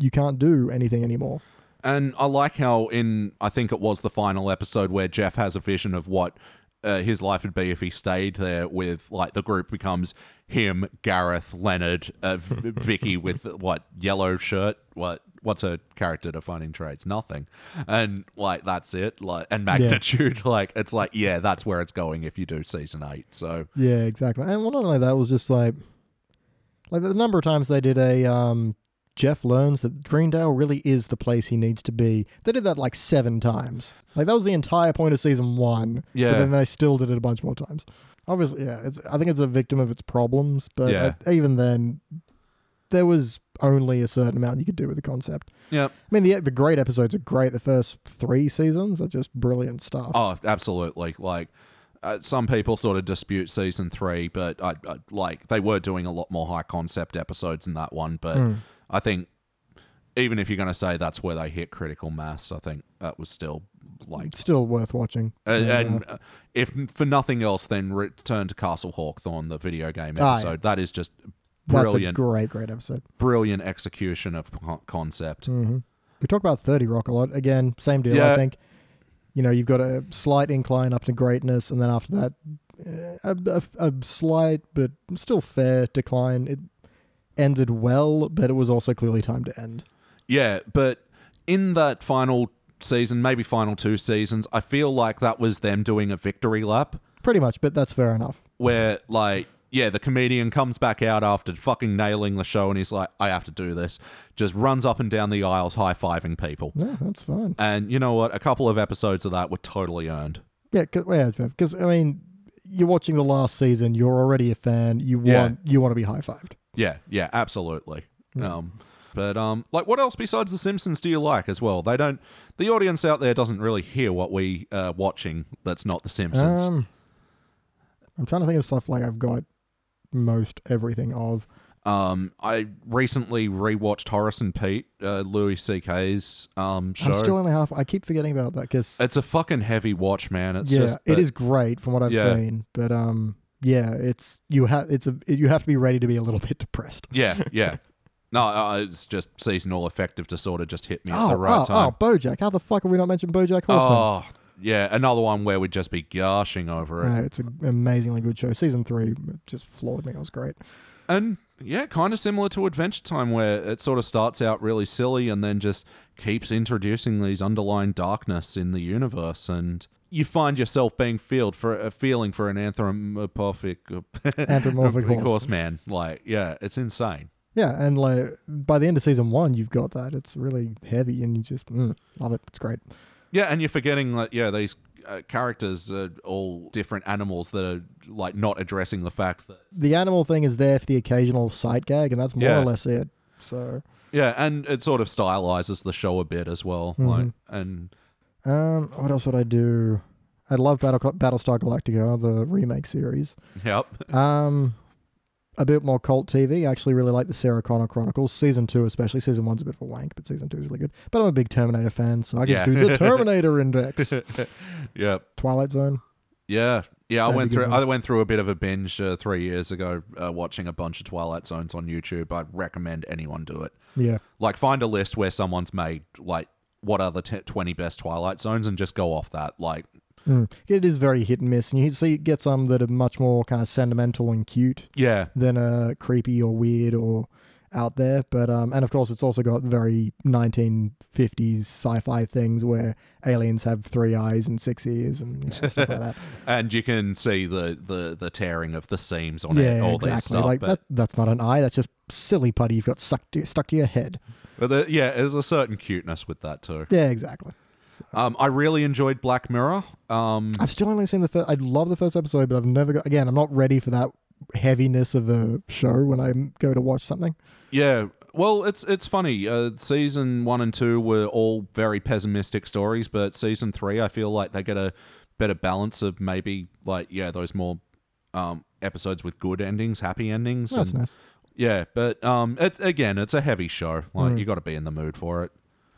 you can't do anything anymore. and I like how in I think it was the final episode where Jeff has a vision of what uh, his life would be if he stayed there. With like the group becomes him, Gareth, Leonard, uh, v- Vicky with what yellow shirt, what. What's her character defining traits? Nothing, and like that's it. Like and magnitude, like it's like yeah, that's where it's going if you do season eight. So Yeah, exactly. And well, not only that, it was just like like the number of times they did a um, Jeff learns that Greendale really is the place he needs to be. They did that like seven times. Like that was the entire point of season one. Yeah. But then they still did it a bunch more times. Obviously, yeah. It's I think it's a victim of its problems, but Yeah. uh, even then, there was only a certain amount you could do with the concept. yeah, I mean, the the great episodes are great. The first three seasons are just brilliant stuff. Oh, absolutely. Like uh, some people sort of dispute season three, but I, I like they were doing a lot more high concept episodes in that one. But Mm. I think even if you're going to say that's where they hit critical mass, I think that was still like. It's Still worth watching. Uh, Yeah. And uh, if for nothing else, then return to Castle Hawthorne, the video game Ah, yeah. episode. That is just that's brilliant, a great, great episode. Mm-hmm. brilliant execution of con- concept. We talk about Thirty Rock a lot. Again, same deal. Yeah. I think you know you've got a slight incline up to greatness, and then after that, uh, a, a, a slight but still fair decline. It ended well, but it was also clearly time to end. Yeah, but in that final season, maybe final two seasons, I feel like that was them doing a victory lap Pretty much, but that's fair enough. where like yeah, the comedian comes back out after fucking nailing the show and he's like, I have to do this. Just runs up and down the aisles high fiving people. Yeah, that's fine. And you know what? A couple of episodes of that were totally earned. Yeah, because I mean, you're watching the last season. You're already a fan. You want Yeah. you want to be high fived. Yeah, yeah, absolutely. Um but um like what else besides The Simpsons do you like as well? They don't the audience out there doesn't really hear what we uh watching that's not The Simpsons. Um, I'm trying to think of stuff like I've got most everything of. Um, I recently rewatched Horace and Pete, uh, Louis C.K.'s um, show. I'm still only half. I keep forgetting about that because it's a fucking heavy watch, man. It's yeah, just it but- is great from what I've Yeah. seen, but um, yeah, it's you have it's a you have to be ready to be a little bit depressed. Yeah, yeah. No, uh, it's just seasonal affective disorder just hit me at Oh, the right oh, time. oh, BoJack! How the fuck have we not mentioned BoJack Horseman? Oh, yeah, another one where we'd just be gushing over it. No, it's an amazingly good show. Season three just floored me. It was great. And yeah, kind of similar to Adventure Time, where it sort of starts out really silly and then just keeps introducing these underlying darkness in the universe, and you find yourself being filled for a feeling for an anthropomorphic Anthropomorphic horse. horseman. Like, yeah, it's insane. Yeah, and like by the end of season one, you've got that. It's really heavy, and you just mm, love it. It's great. Yeah, and you're forgetting that yeah, these uh, characters are all different animals that are like not addressing the fact that The animal thing is there for the occasional sight gag, and that's more Yeah. or less it. So, yeah, and it sort of stylizes the show a bit as well. Like, Mm-hmm. and um, what else would I do? I love Battle Battlestar Galactica, the remake series. yep, Um, a bit more cult TV. I actually really like the Sarah Connor Chronicles, season two especially. Season one's a bit of a wank, but season two is really good. But I'm a big Terminator fan, so I can just Yeah. do the Terminator Index, yep. Twilight Zone. Yeah, yeah. I That'd went be good through. one. I went through a bit of a binge uh, three years ago, uh, watching a bunch of Twilight Zones on YouTube. I'd recommend anyone do it. Yeah, Like, find a list where someone's made like what are the t- twenty best Twilight Zones, and just go off that. Like, Mm. It is very hit and miss, and you see get some that are much more kind of sentimental and cute yeah, than uh, creepy or weird or out there. But um, and of course, it's also got very 1950s sci-fi things where aliens have three eyes and six ears and you know, stuff like that. and you can see the the, the tearing of the seams on it, Yeah, all exactly. this stuff. like but that, that's not an eye. That's just silly putty you've got sucked to, stuck to your head. but the, yeah, there's a certain cuteness with that too. Yeah, exactly. Um, I really enjoyed Black Mirror. Um, I've still only seen the first. I love the first episode, but I've never got. Again, I'm not ready for that heaviness of a show when I go to watch something. Yeah. Well, it's it's funny. Uh, season one and two were all very pessimistic stories, but season three, I feel like they get a better balance of maybe like yeah those more um, episodes with good endings, happy endings. That's and- nice. Yeah, but um, it, again, it's a heavy show. Like you got to be in the mood for it.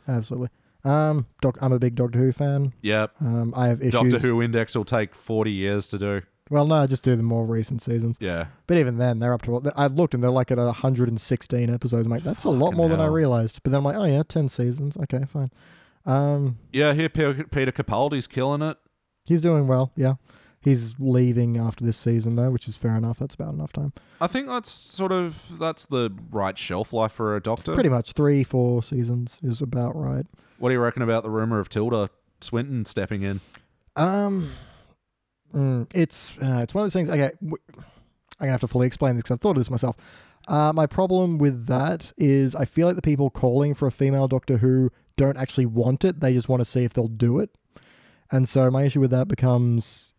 Absolutely. Um, Doc, I'm a big Doctor Who fan. Yep. Um, I have issues. Doctor Who Index will take forty years to do. Well, no, I just do the more recent seasons. Yeah. But even then, they're up to. I looked and they're like at 116 episodes. I'm like, that's a lot Fucking more than I hell. realized. But then I'm like, oh yeah, 10 seasons. Okay, fine. Um, Yeah. Here, Pe- Peter Capaldi's killing it. he's doing well. Yeah, he's leaving after this season though, which is fair enough. That's about enough time. I think that's sort of that's the right shelf life for a doctor. Pretty much three, four seasons is about right. What do you reckon about the rumor of Tilda Swinton stepping in? Um, mm, it's uh, it's one of those things. Okay, w- I'm gonna have to fully explain this because I've thought of this myself. Uh, my problem with that is I feel like the people calling for a female Doctor Who don't actually want it. They just want to see if they'll do it. And so my issue with that becomes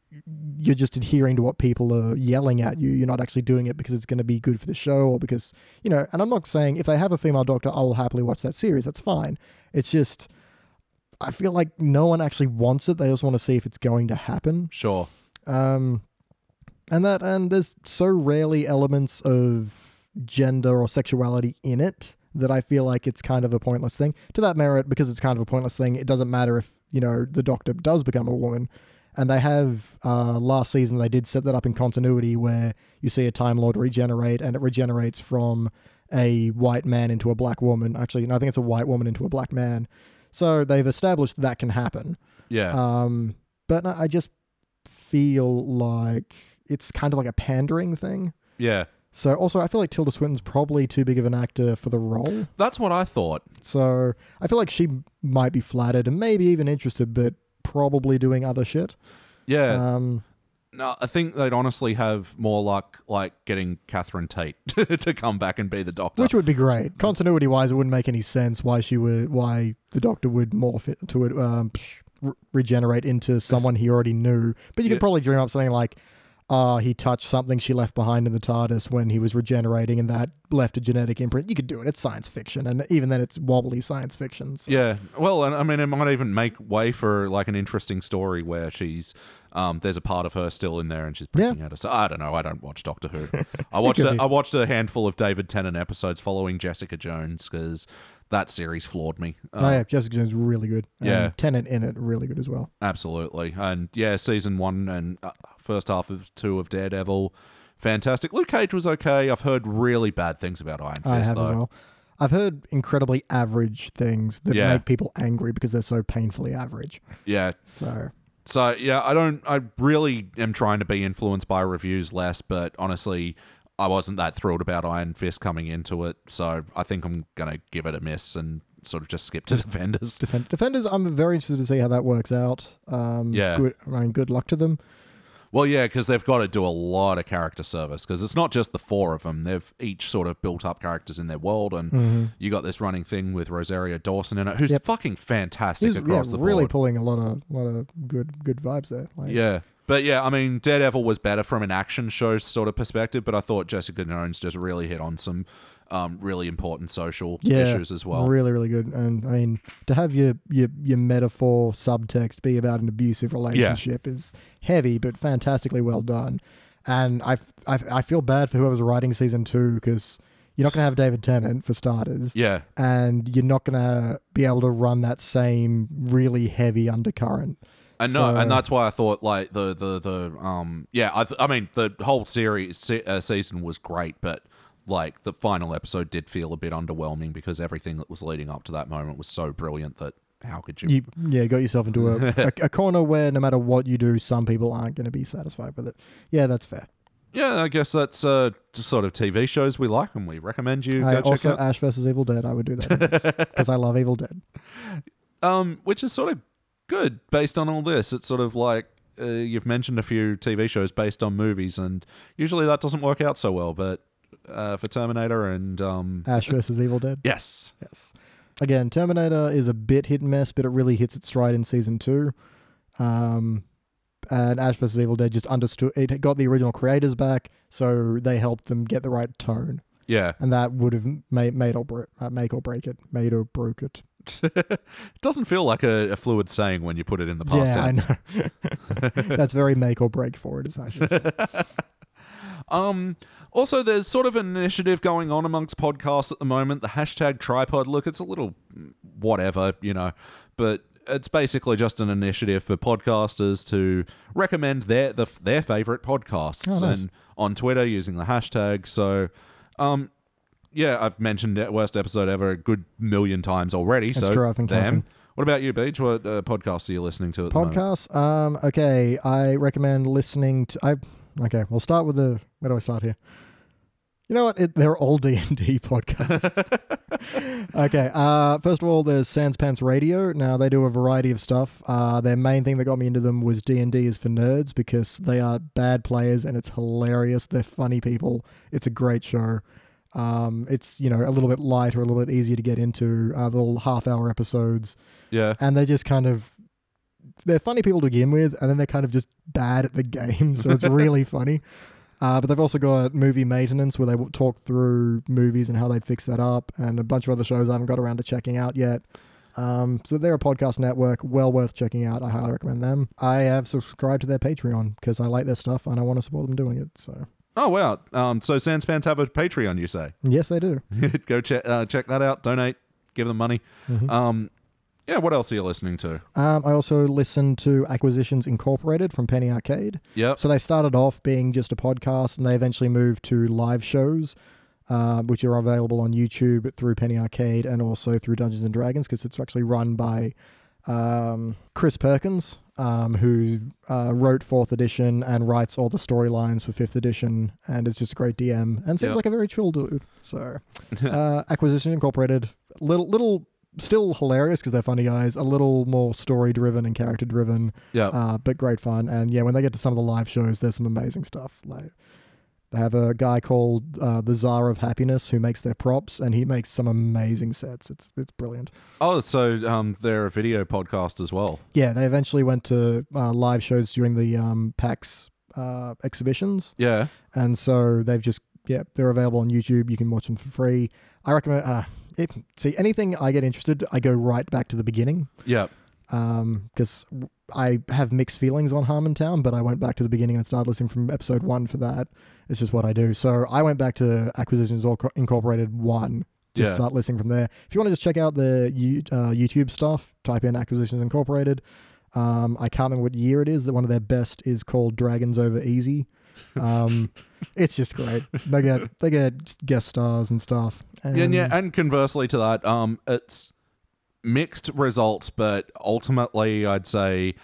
you're just adhering to what people are yelling at you. You're not actually doing it because it's going to be good for the show or because, you know, and I'm not saying if they have a female doctor, I will happily watch that series. That's fine. It's just, I feel like no one actually wants it. They just want to see if it's going to happen. Sure. Um, and that, and there's so rarely elements of gender or sexuality in it that I feel like it's kind of a pointless thing. To that merit, because it's kind of a pointless thing, it doesn't matter if, you know, the doctor does become a woman. And they have, uh, last season, they did set that up in continuity where you see a Time Lord regenerate and it regenerates from a white man into a black woman. Actually, no, I think it's a white woman into a black man. So they've established that can happen. Yeah. Um, but no, I just feel like it's kind of like a pandering thing. yeah. So also, I feel like Tilda Swinton's probably too big of an actor for the role. That's what I thought. So I feel like she might be flattered and maybe even interested, but probably doing other shit. Yeah. Um, no, I think they'd honestly have more luck like getting Catherine Tate to come back and be the doctor. which would be great. Continuity wise, it wouldn't make any sense why she would, why the Doctor would morph it to it, um, psh, re- regenerate into someone he already knew. But you could Yeah. probably dream up something like, uh, he touched something she left behind in the TARDIS when he was regenerating, and that left a genetic imprint. You could do it. It's science fiction, and even then, it's wobbly science fiction. So. yeah. Well, and I mean it might even make way for like an interesting story where she's um there's a part of her still in there and she's breaking out herself. I don't know, I don't watch Doctor Who. I watched could a, be. I watched a handful of David Tennant episodes following Jessica Jones cuz that series floored me. Um, Oh, yeah, Jessica Jones really good. Yeah. um, Tennant in it really good as well. Absolutely, and yeah, season one and uh, first half of two of Daredevil, fantastic. Luke Cage was okay. I've heard really bad things about Iron Fist I have though. as well. I've heard incredibly average things that Yeah. make people angry because they're so painfully average. Yeah, So so yeah, I don't. I really am trying to be influenced by reviews less, but honestly, I wasn't that thrilled about Iron Fist coming into it. So I think I'm gonna give it a miss and sort of just skip to Defenders. Defend- Defenders, I'm very interested to see how that works out. Um, Yeah. Good, I mean, good luck to them. Well, yeah, because they've got to do a lot of character service because it's not just the four of them. They've each sort of built up characters in their world, and Mm-hmm. you got this running thing with Rosaria Dawson in it, who's fucking fantastic Who's- across yeah, the really board. pulling a lot of lot of good good vibes there. Like, yeah. But yeah, I mean, Daredevil was better from an action show sort of perspective, but I thought Jessica Jones just really hit on some um, really important social yeah, issues as well. Really, really good. And I mean, to have your your your metaphor subtext be about an abusive relationship is heavy, but fantastically well done. And I f- I f- I feel bad for whoever's writing season two because you're not going to have David Tennant for starters. yeah. And you're not going to be able to run that same really heavy undercurrent. And no, So- and that's why I thought like the the the um yeah, I th- I mean the whole series se- uh, season was great, but like the final episode did feel a bit underwhelming because everything that was leading up to that moment was so brilliant that how could you? you yeah got yourself into a, a, a corner where no matter what you do some people aren't going to be satisfied with it yeah that's fair yeah, I guess that's uh, just sort of TV shows we like and we recommend you I go check also out. Ash versus Evil Dead. I would do that because I love Evil Dead. um, which is sort of good based on all this. It's sort of like uh, you've mentioned a few TV shows based on movies, and usually that doesn't work out so well. But uh, for Terminator and um, Ash versus Evil Dead. yes, Yes. Again, Terminator is a bit hit and miss, but it really hits its stride in season two. Um, and Ash vs. Evil Dead just understood it got the original creators back, so they helped them get the right tone, yeah, and that would have made made or break, uh, make or break it, made or broke it. it doesn't feel like a, a fluid saying when you put it in the past yeah, tense. I know. That's very make or break for it. It's actually Um, also, there's sort of an initiative going on amongst podcasts at the moment. The hashtag tripod look, it's a little whatever, you know, but it's basically just an initiative for podcasters to recommend their the, their favorite podcasts Oh, nice. and on Twitter using the hashtag. So, um, yeah, I've mentioned it, worst episode ever a good million times already. so, driving damn. Captain. What about you, Beach? What uh, podcasts are you listening to at the moment? podcasts. Um, okay, I recommend listening to. I okay, we'll start with the. Where do I start here? You know what? It, they're all D and D podcasts. okay. Uh, first of all, there's Sans Pants Radio. Now they do a variety of stuff. Uh, their main thing that got me into them was D and D is for nerds because they are bad players and it's hilarious. They're funny people. It's a great show. Um, it's you know a little bit lighter, a little bit easier to get into. Uh, little half hour episodes Yeah. and they're just kind of they're funny people to begin with, and then they're kind of just bad at the game, so it's really funny. Uh, but they've also got movie maintenance where they w- talk through movies and how they'd fix that up, and a bunch of other shows I haven't got around to checking out yet. Um, so they're a podcast network, well worth checking out. I highly recommend them. I have subscribed to their Patreon because I like their stuff and I want to support them doing it. So Oh, wow. Um, so, Sanspans have a Patreon, you say? yes, they do. go check uh, check that out. Donate, give them money. Um, yeah, what else are you listening to? Um, I also listen to Acquisitions Incorporated from Penny Arcade. Yep. So they started off being just a podcast, and they eventually moved to live shows, uh, which are available on YouTube through Penny Arcade and also through Dungeons and Dragons, because it's actually run by um, Chris Perkins, um, who uh, wrote Fourth Edition and writes all the storylines for Fifth Edition, and is just a great DM and seems Yeah. like a very chill dude. So, uh, Acquisition Incorporated, little little. Still hilarious because they're funny guys, a little more story driven and character driven yeah. uh, but great fun. And yeah, when they get to some of the live shows, there's some amazing stuff. Like they have a guy called uh, the Czar of Happiness who makes their props, and he makes some amazing sets. It's it's brilliant. oh, so um, they're a video podcast as well. Yeah, they eventually went to uh, live shows during the um, PAX uh, exhibitions, Yeah. and so they've just yeah they're available on YouTube. You can watch them for free. I recommend. Uh, it, see anything I get interested, I go right back to the beginning. Yeah. because Um, I have mixed feelings on Harmontown, but I went back to the beginning and started listening from episode one for that. It's just what I do. So I went back to Acquisitions Inc- Incorporated one. Just Yeah. start listening from there. If you want to just check out the you, uh, YouTube stuff, type in Acquisitions Incorporated. Um, I can't remember what year it is that one of their best is called Dragons Over Easy. Um, it's just great. They get they get guest stars and stuff. And yeah, and yeah, and conversely to that, um, it's mixed results, but ultimately, I'd say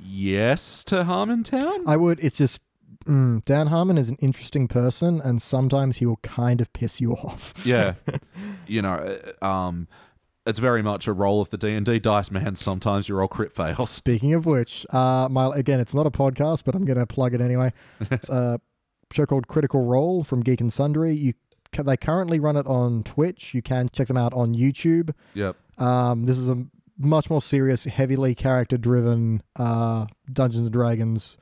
yes to Harmontown. I would. It's just mm, Dan Harmon is an interesting person, and sometimes he will kind of piss you off. yeah, you know, uh, um, it's very much a role of the D and D dice man. Sometimes your roll crit fails. Speaking of which, uh, my again, it's not a podcast, but I'm gonna plug it anyway. It's a show called Critical Role from Geek and Sundry. You ca- they currently run it on Twitch. You can check them out on YouTube. Yep. Um, this is a much more serious, heavily character-driven uh, Dungeons and Dragons,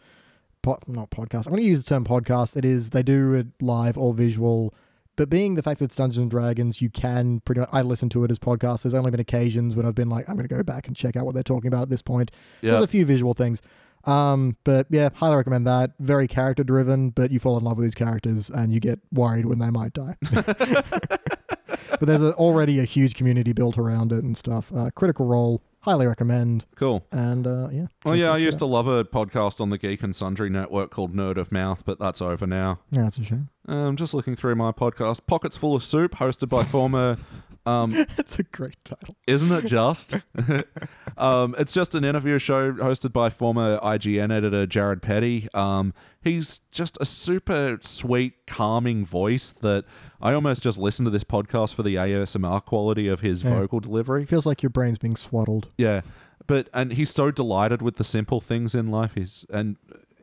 po- not podcast. I'm going to use the term podcast. It is they do it live or visual, but being the fact that it's Dungeons and Dragons, you can pretty much. I listen to it as podcast. There's only been occasions when I've been like, I'm going to go back and check out what they're talking about at this point. There's Yeah. a few visual things. Um, but yeah, highly recommend that. Very character driven, but you fall in love with these characters and you get worried when they might die. but there's a, already a huge community built around it and stuff. Uh, Critical Role, highly recommend. Cool. And uh, yeah. Well, Oh, yeah, I used to love a podcast on the Geek and Sundry network called Nerd of Mouth, but that's over now. Um, Yeah, that's a shame. I'm just looking through my podcast, Pockets Full of Soup, hosted by former uh, Um, That's a great title. isn't it just? um, it's just an interview show hosted by former IGN editor Jared Petty. Um, he's just a super sweet, calming voice that I almost just listen to this podcast for the ASMR quality of his vocal delivery. Feels like your brain's being swaddled. Yeah, but and he's so delighted with the simple things in life. He's and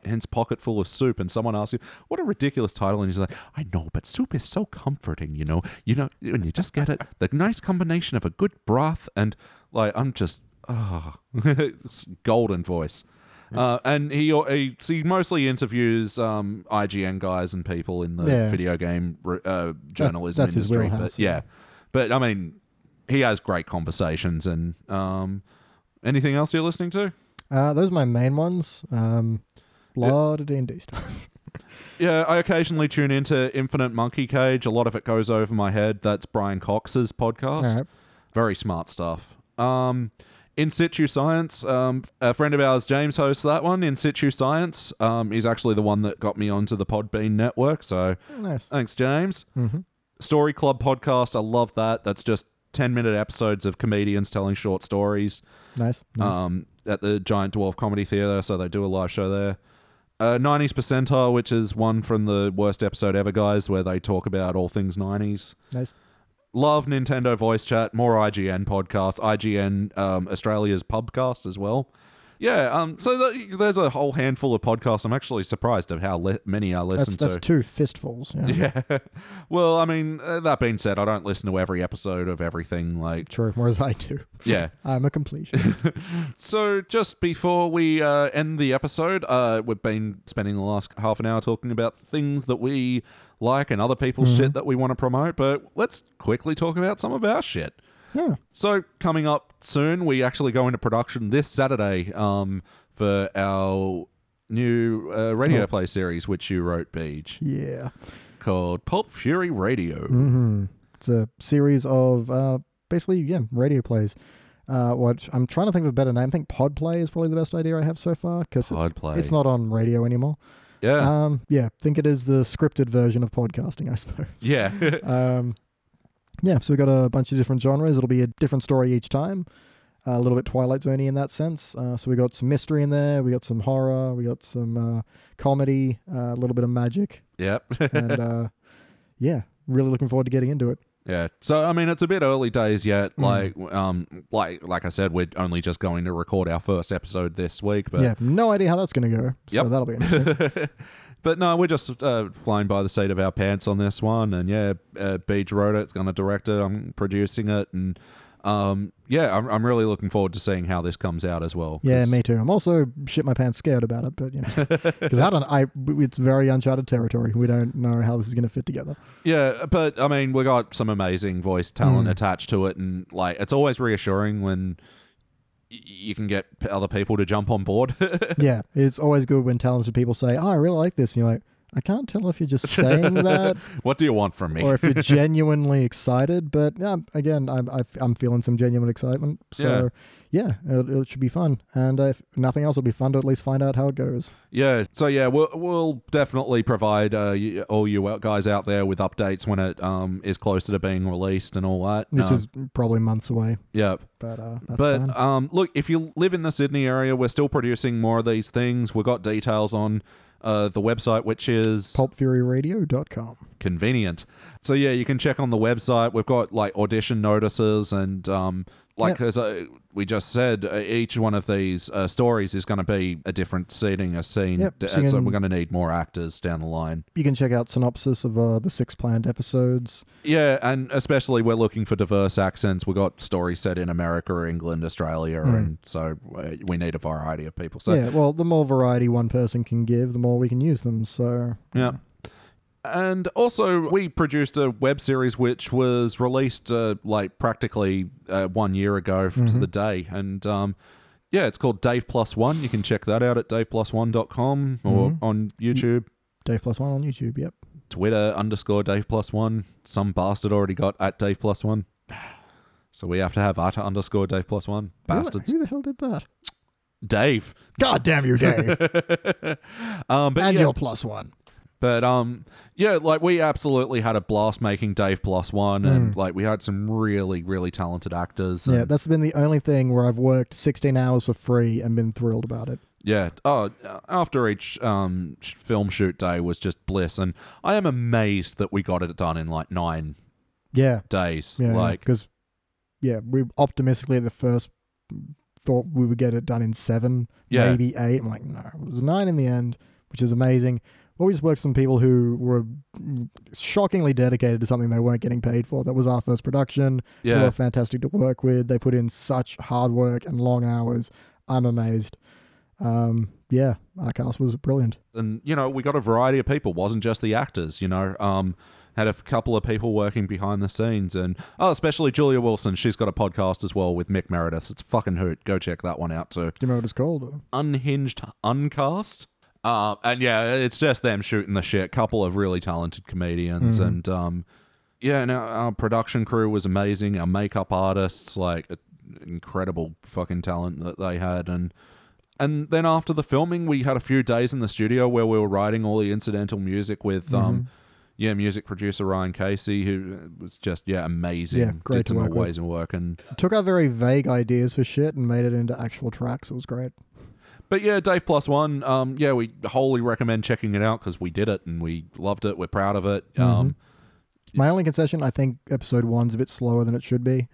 hence pocket full of soup. And someone asks you, "What a ridiculous title!" And he's like, "I know, but soup is so comforting. You know, you know, when you just get it, the nice combination of a good broth and like I'm just ah, it's golden voice." Uh, and he, he so he mostly interviews um, IGN guys and people in the Yeah. video game uh, journalism that's his industry. wheelhouse, But yeah, but I mean, he has great conversations and um, anything else you're listening to? Uh, those are my main ones. Um, lot of D&D stuff. Yeah, I occasionally tune into Infinite Monkey Cage. A lot of it goes over my head. That's Brian Cox's podcast. Alright. Very smart stuff. Um, in situ science, um, a friend of ours, James, hosts that one. In situ science, um, is actually the one that got me onto the Podbean network. So Nice. thanks, James. hmm Story Club podcast. I love that. That's just ten minute episodes of comedians telling short stories. Nice. Nice. um, at the Giant Dwarf Comedy Theatre, so they do a live show there. Uh, 90s percentile, which is one from the worst episode ever, guys, where they talk about all things 90s. nice. Love Nintendo Voice Chat, more IGN podcast, IGN um, Australia's pubcast as well. Yeah, um, so th- there's a whole handful of podcasts. I'm actually surprised of how li- many I listen That's, that's to. two fistfuls. Yeah. yeah. well, I mean, uh, that being said, I don't listen to every episode of everything. Like, True. More as I do. yeah. I'm a completionist. So, just before we uh, end the episode, uh, we've been spending the last half an hour talking about things that we like and other people's Mm-hmm. shit that we want to promote, but let's quickly talk about some of our shit. yeah. So, coming up soon, we actually go into production this Saturday um, for our new uh, radio Oh. play series, which you wrote, Beach, Yeah. called Pulp Fury Radio. hmm It's a series of uh, basically, yeah, radio plays. Uh, what I'm trying to think of a better name. I think pod play is probably the best idea I have so far because Pod play. it's not on radio anymore. Yeah. Um, yeah, think it is the scripted version of podcasting, I suppose. yeah. Um, yeah, so we've got a bunch of different genres. It'll be a different story each time. a little bit Twilight Zoney in that sense. Uh, so we got some mystery in there. We got some horror. We got some uh, comedy. uh, A little bit of magic. yep. And uh, yeah, really looking forward to getting into it. Yeah. So I mean, it's a bit early days Mm. yet. Like, um, like like I said, we're only just going to record our first episode this week, but yeah, no idea how that's going to go. Yep. So that'll be interesting. but no, we're just uh, flying by the seat of our pants on this one. And yeah, uh, Beach wrote it. It's going to direct it. I'm producing it, and um, yeah, I'm, I'm really looking forward to seeing how this comes out as well. yeah, 'cause- me too. I'm also shit my pants scared about it, but you know, because I don't. I it's very uncharted territory. We don't know how this is going to fit together. Yeah, but I mean, we got some amazing voice Mm. talent attached to it, and like, it's always reassuring when y- you can get p- other people to jump on board. yeah, it's always good when talented people say, "Oh, I really like this," and you're like, "I can't tell if you're just saying that what do you want from me? or if you're genuinely excited." But um, again, I'm I, I'm feeling some genuine excitement, so yeah, it, it should be fun. And uh, if nothing else, it'll be fun to at least find out how it goes. Yeah. So yeah, we'll we'll definitely provide uh, you, all you out- guys out there with updates when it um is closer to being released and all that. Which Um, is probably months away, yeah. but uh, that's but fine. um, look, if you live in the Sydney area, we're still producing more of these things. We've got details on uh, the website, which is PulpFuryRadio.com. convenient. So yeah, you can check on the website. We've got like audition notices and um, like as uh we just said, uh, each one of these uh, stories is going to be a different seating, a scene. Yep, D- so you and so can- we're going to need more actors down the line. You can check out synopsis of uh, the six planned episodes. Yeah, and especially we're looking for diverse accents. We got stories set in America, England, Australia, and so uh, we need a variety of people. So yeah, well, the more variety one person can give, the more we can use them. So Yeah. And also, we produced a web series which was released uh, like practically uh, one year ago f- to the day. And um, yeah, it's called Dave Plus One. You can check that out at daveplus1.com or on YouTube, Dave Plus One on YouTube. Yep. Twitter underscore Dave Plus One. Some bastard already got at Dave Plus One. So we have to have at underscore Dave Plus One. Who the- Bastards. Who, the hell did that? Dave. God damn you, Dave. Um, but and yeah, you're plus one. But um, yeah, like we absolutely had a blast making Dave Plus One, and like we had some really, really talented actors. Mm. Yeah, And, that's been the only thing where I've worked 16 hours for free and been thrilled about it. yeah. Oh, after each um sh- film shoot day was just bliss, and I am amazed that we got it done in like nine Yeah, days. yeah, like, because yeah, we optimistically at the first thought we would get it done in seven, Yeah. maybe eight. I'm like, no, it was nine in the end, which is amazing. But we just worked with some people who were shockingly dedicated to something they weren't getting paid for. That was our first production. They yeah, were fantastic to work with. They put in such hard work and long hours. I'm amazed. Um, yeah, our cast was brilliant. and you know we got a variety of people wasn't just the actors you know um had a f- couple of people working behind the scenes and oh especially julia wilson she's got a podcast as well with mick meredith it's a fucking hoot go check that one out too Do you remember what it's called? unhinged uncast uh, and yeah it's just them shooting the shit couple of really talented Mm. comedians and um yeah and our, our production crew was amazing our makeup artists like uh, incredible fucking talent that they had and and then after the filming we had a few days in the studio where we were writing all the incidental music with Mm-hmm. um yeah music producer ryan casey who uh, was just yeah amazing Yeah, great did to some work with. amazing work and Took our very vague ideas for shit and made it into actual tracks. It was great. But yeah, Dave Plus One. Um, yeah, we wholly recommend checking it out because we did it and we loved it. We're proud of it. Mm-hmm. Um, My only concession, I think, episode one's a bit slower than it should be,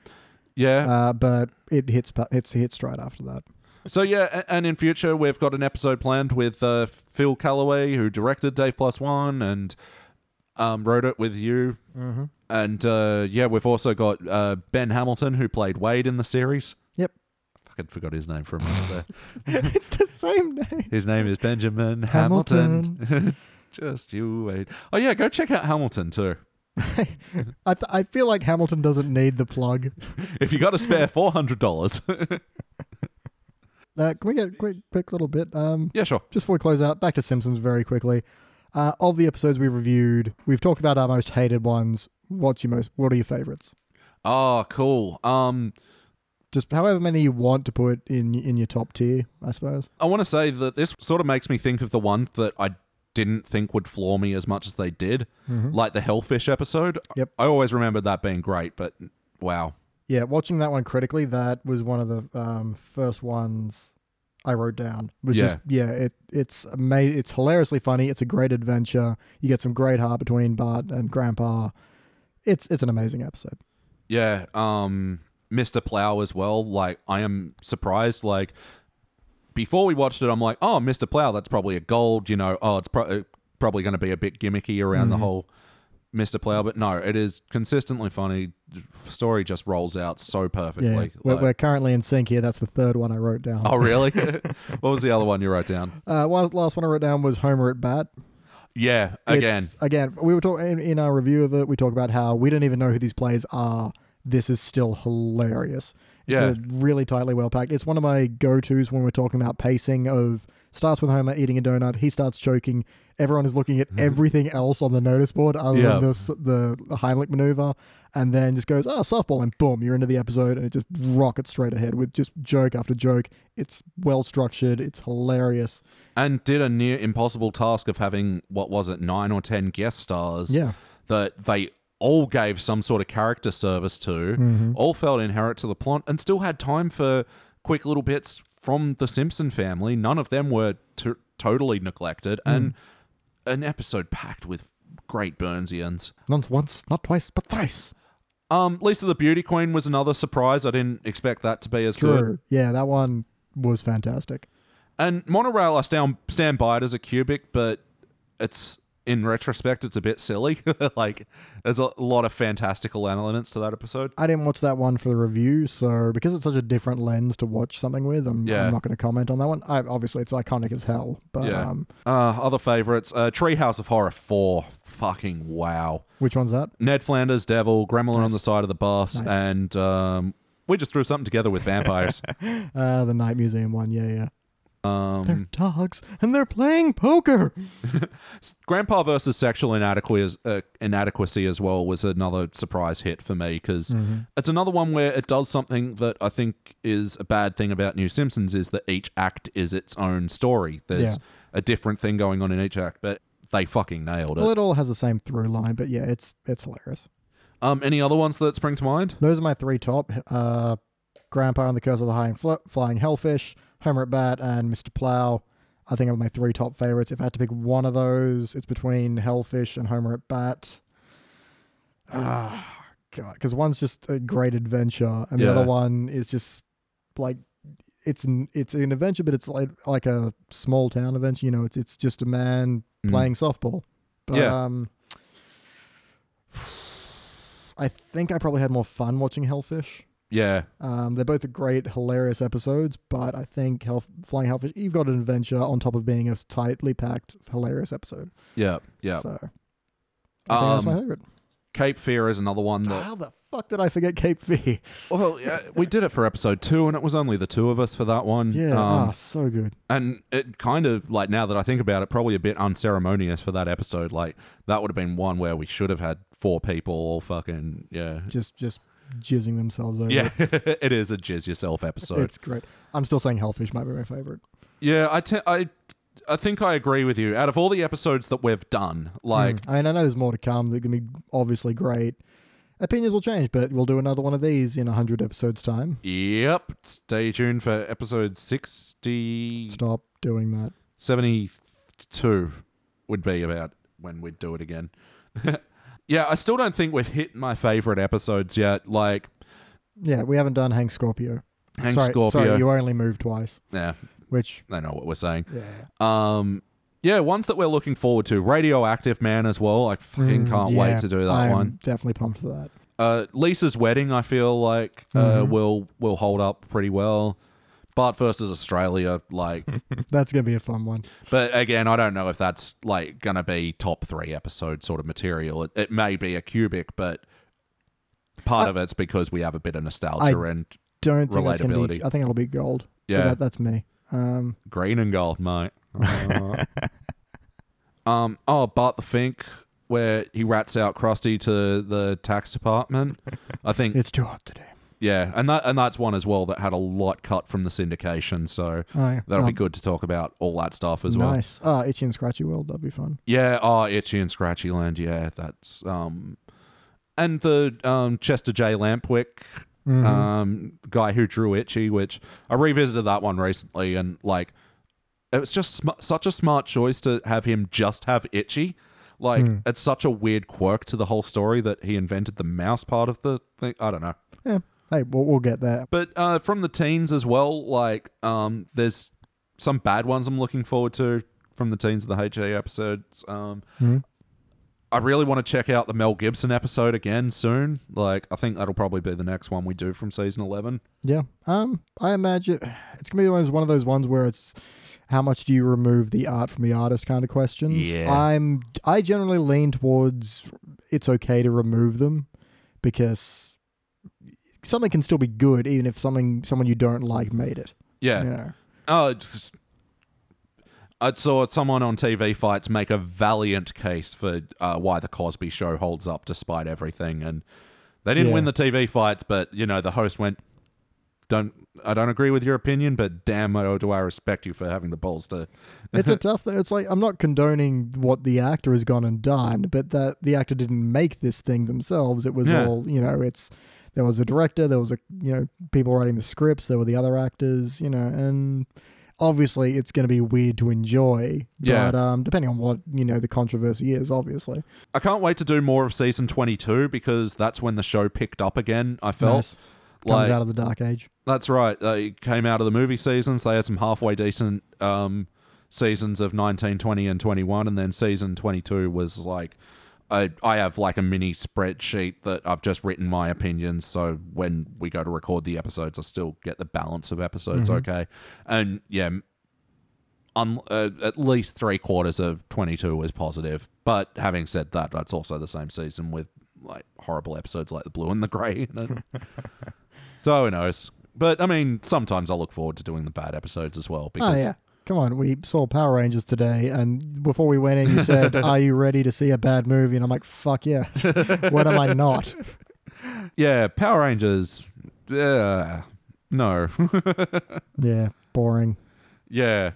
yeah. uh, but it hits pa- it's hits straight after that. so yeah, a- and in future we've got an episode planned with uh, Phil Calloway, who directed Dave Plus One and um, wrote it with you. Mhm. And uh, yeah, we've also got uh, Ben Hamilton, who played Wade in the series. Yep, Fucking forgot his name for a minute there. it's the same name. His name is Benjamin Hamilton. Hamilton. Just you wait. Oh yeah, go check out Hamilton too. I, th- I feel like Hamilton doesn't need the plug. If you got a spare four hundred dollars, Uh, can we get a quick quick little bit? Um, yeah, sure. just before we close out, back to Simpsons very quickly. Uh, of the episodes we've reviewed, we've talked about our most hated ones. What's your most? What are your favorites? Oh, cool. Um, Just however many you want to put in in your top tier, I suppose. I want to say that this sort of makes me think of the ones that I didn't think would floor me as much as they did, like the Hellfish episode. Yep. I always remembered that being great, but wow. Yeah, watching that one critically, that was one of the um, first ones I wrote down. Which is yeah, it it's ama- it's hilariously funny. It's a great adventure. You get some great heart between Bart and Grandpa. It's it's an amazing episode. Yeah. Um, Mr. Plow as well. Like, I am surprised. Like, before we watched it, I'm like, oh, Mr. Plow, that's probably a gold. You know, oh, it's pro- probably going to be a bit gimmicky around Mm-hmm. the whole Mr. Plow, but no, it is consistently funny. Story just rolls out so perfectly. Yeah, we're, Like- we're currently in sync here. That's the third one I wrote down. Oh, really? what was the other one you wrote down? Uh, one, last one I wrote down was Homer at bat. Yeah, It's- again. again, we were talking in, in our review of it. We talk about how we don't even know who these players are. This is still hilarious. It's Yeah. a really tightly well packed. It's one of my go tos when we're talking about pacing. Of starts with Homer eating a donut. He starts choking. Everyone is looking at everything else on the notice board other Mm-hmm. Yeah. than this, the Heimlich maneuver, and then just goes, "Oh, softball!" and boom, you're into the episode, and it just rockets straight ahead with just joke after joke. It's well structured. It's hilarious. And did a near impossible task of having, what was it, nine or 10 guest stars Yeah. that they all gave some sort of character service to, all felt inherent to the plot, and still had time for quick little bits from the Simpson family. None of them were t- totally neglected. And an episode packed with great Burnsians. Not once, not twice, but thrice. Um, Lisa the Beauty Queen was another surprise. I didn't expect that to be as good. True. Yeah, that one was fantastic. And monorail, I stand stand by it as a cubic, but it's in retrospect, it's a bit silly. like, there's a lot of fantastical elements to that episode. I didn't watch that one for the review, so because it's such a different lens to watch something with, I'm, Yeah. I'm not going to comment on that one. I, obviously, it's iconic as hell, but Yeah. um, Uh, other favorites: uh, Treehouse of Horror Four. Fucking wow! which one's that? Ned Flanders, Devil, Gremlin on the side of the bus, and um, we just threw something together with vampires. Uh, the Night Museum one. Yeah, yeah. um, They're dogs and they're playing poker. Grandpa versus sexual inadequacy, uh, inadequacy as well was another surprise hit for me because Mm-hmm. it's another one where it does something that I think is a bad thing about New Simpsons is that each act is its own story. There's Yeah. a different thing going on in each act, but they fucking nailed Well, it. it all has the same through line, but yeah, it's it's hilarious. Um, any other ones that spring to mind? Those are my three top: uh, Grandpa and the Curse of the High and Fl- Flying Hellfish, Homer at Bat, and Mr. Plow. I think are my three top favorites. If I had to pick one of those, it's between Hellfish and Homer at Bat. Ah, God, because one's just a great adventure, and Yeah. the other one is just like it's an it's an adventure, but it's like like a small town adventure. You know, it's it's just a man Mm. playing softball. But Yeah. um, I think I probably had more fun watching Hellfish. Yeah, Um, they're both great, hilarious episodes, but I think Hell, Flying Hellfish, you've got an adventure on top of being a tightly packed, hilarious episode. yeah, yeah. So I think that's my Um, favorite. Cape Fear is another one that. How the fuck did I forget Cape Fear? Well, yeah, we did it for episode two, and it was only the two of us for that one. Yeah, Um, ah, so good. and it kind of like now that I think about it, probably a bit unceremonious for that episode. Like that would have been one where we should have had four people all fucking yeah, Just just jizzing themselves over. yeah. it is a jizz yourself episode. It's great. I'm still saying Hellfish might be my favorite. yeah, I te- I I think I agree with you. Out of all the episodes that we've done, like Hmm. I mean, I know there's more to come that can be obviously great. Opinions will change, but we'll do another one of these in 100 episodes' time. yep, stay tuned for episode 60, Stop doing that. 72 would be about when we'd do it again. yeah, I still don't think we've hit my favorite episodes yet. Like Yeah, we haven't done Hank Scorpio. Hank sorry, Scorpio. Sorry, you only moved twice, yeah. which, they know what we're saying. yeah. Um, yeah, ones that we're looking forward to. Radioactive Man as well. I fucking can't Mm, Hmm. Yeah, wait to do that I'm one. definitely pumped for that. Uh, Lisa's Wedding. I feel like uh, Mm-hmm. will will hold up pretty well. Bart versus Australia, like, That's going to be a fun one. but again, I don't know if that's like gonna be top three episode sort of material. It, it may be a cubic, but part of it's because we have a bit of nostalgia I- and Don't think that's going to Relatability. be, I think it'll be gold. But Yeah. that- that's me. Um, green and gold, mate. um, oh, Bart the Fink, where he rats out Krusty to the tax department. I think, it's too hot today. yeah, and that and that's one as well that had a lot cut from the syndication, so Oh, yeah. that'll be Um, good to talk about all that stuff as well. Nice. Ah, Itchy and Scratchy World. That'd be fun. Yeah, oh, itchy and scratchy land. Yeah, that's um, and the um Chester J Lampwick um, guy who drew Itchy, which I revisited that one recently, and like it was just sm- such a smart choice to have him just have Itchy. Like it's such a weird quirk to the whole story that he invented the mouse part of the thing. I don't know, Yeah. Hey, we'll, we'll get there. but uh, from the teens as well. Like um, there's some bad ones I'm looking forward to from the teens of the HA episodes. Um, I really want to check out the Mel Gibson episode again soon. Like, I think that'll probably be the next one we do from season 11. Yeah. Um, I imagine it's gonna be one of those- one of those ones where it's how much do you remove the art from the artist kind of questions. Yeah. I'm I generally lean towards it's okay to remove them because something can still be good even if something someone you don't like made it. Yeah. You know. Oh, it's, I saw someone on TV fights make a valiant case for uh, why the Cosby Show holds up despite everything, and they didn't Yeah. win the TV fights, but you know the host went, "Don't I don't agree with your opinion, but damn, oh, do I respect you for having the balls to." It's a tough thing. It's like I'm not condoning what the actor has gone and done, but that the actor didn't make this thing themselves. It was Yeah. all you know. It's there was a director, there was a you know people writing the scripts, there were the other actors, you know, and obviously it's going to be weird to enjoy. Yeah. But um, depending on what you know the controversy is, obviously. I can't wait to do more of season twenty-two because that's when the show picked up again. I felt Nice. Comes like out of the dark age. Oh, That's right. They came out of the movie seasons. They had some halfway decent um, seasons of 19, 20, and 21. And then season 22 was like, I, I have like a mini spreadsheet that I've just written my opinions. So when we go to record the episodes, I still get the balance of episodes Mm-hmm. okay. And yeah, un- uh, at least three quarters of 22 was positive. But having said that, that's also the same season with like horrible episodes like The Blue and the Grey. in it. So who knows? But I mean, sometimes I look forward to doing the bad episodes as well Oh because yeah. Come on, we saw Power Rangers today, and before we went in, you said, "Are you ready to see a bad movie?" And I'm like, "Fuck yes! what am I not?" yeah, Power Rangers. Yeah, no, Yeah, boring. yeah.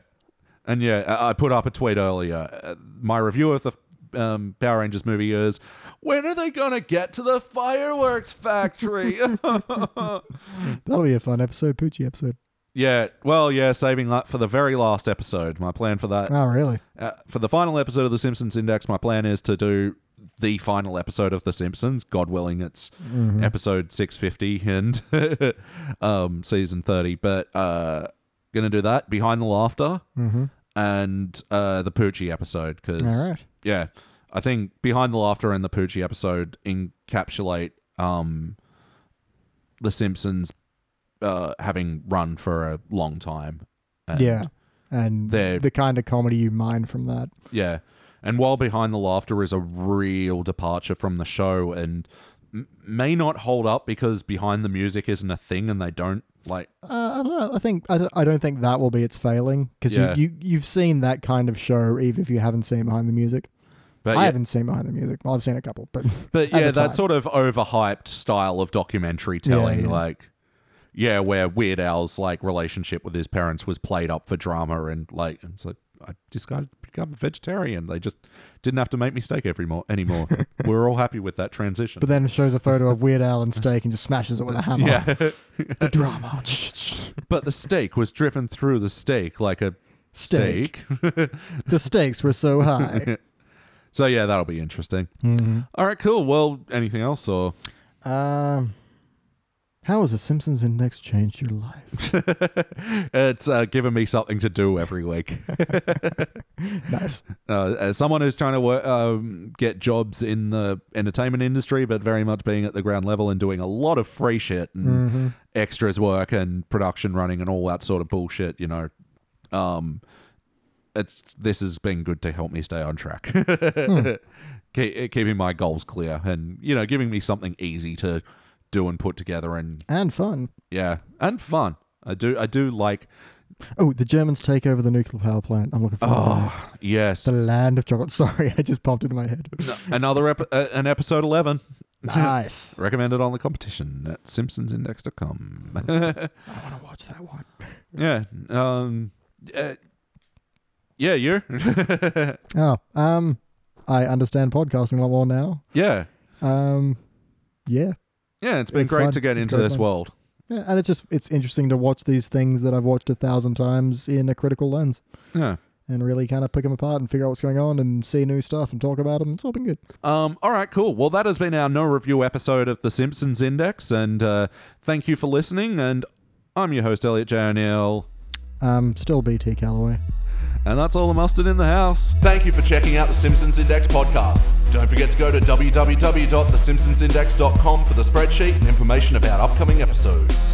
And yeah, I I put up a tweet earlier. Uh, My review of the um, Power Rangers movie is when are they going to get to the fireworks factory? That'll be a fun episode, Poochie episode. yeah, well, yeah, saving that for the very last episode. My plan for that Oh, really? uh, for the final episode of The Simpsons Index, my plan is to do the final episode of The Simpsons. God willing, it's Mm-hmm. Mm. episode 650 and um, season 30. But uh, gonna do that behind the laughter and uh, the Poochie episode because Mm-hmm. All right. yeah, I think behind the laughter and the Poochie episode encapsulate um, The Simpsons uh, having run for a long time. And yeah. And they're- the kind of comedy you mine from that. yeah. And while Behind the Laughter is a real departure from the show and m- may not hold up because Behind the Music isn't a thing and they don't like Uh, I don't know. I think I don't, I don't think that will be its failing because Yeah. you, you you've seen that kind of show even if you haven't seen Behind the Music. but I yeah, haven't seen Behind the Music. Well, I've seen a couple, but but at yeah the that time. sort of overhyped style of documentary telling yeah. like yeah where Weird Al's like relationship with his parents was played up for drama and like it's like I decided to become a vegetarian. They just didn't have to make me steak every more anymore. We're all happy with that transition. but then it shows a photo of Weird Al and Steak and just smashes it with a hammer. yeah. The drama. but the stake was driven through the stake like a Steak. stake. the stakes were so high. so yeah, that'll be interesting. All right, cool. Well, anything else or um, how has the Simpsons Index changed your life? it's uh, given me something to do every week. nice. Uh, as someone who's trying to work, um, get jobs in the entertainment industry, but very much being at the ground level and doing a lot of free shit and extras work and production running and all that sort of bullshit, you know, um, it's this has been good to help me stay on track, Keep, eh, keeping my goals clear and you know giving me something easy to do and put together and And fun. yeah and fun. I do I do like Oh, the Germans take over the nuclear power plant. I'm looking forward to that. oh yes The land of chocolate. Sorry, I just popped into my head. another ep- uh, an episode eleven. Nice. Recommended on the competition at simpsonsindex.com. I want to watch that one. yeah. Um, uh, yeah, you? Oh, um, I understand podcasting a lot more now. yeah. Um, yeah. Yeah, it's been It's great fun. to get It's into great this fun. world. Yeah, and it's just it's interesting to watch these things that I've watched a thousand times in a critical lens Yeah. and really kind of pick them apart and figure out what's going on and see new stuff and talk about them. It's all been good. Um, all right, cool. Well, that has been our no review episode of The Simpsons Index, and uh, thank you for listening. And I'm your host, Elliot J. O'Neill. Um, still BT Calloway. And that's all the mustard in the house. Thank you for checking out the Simpsons Index podcast. Don't forget to go to www.thesimpsonsindex.com for the spreadsheet and information about upcoming episodes.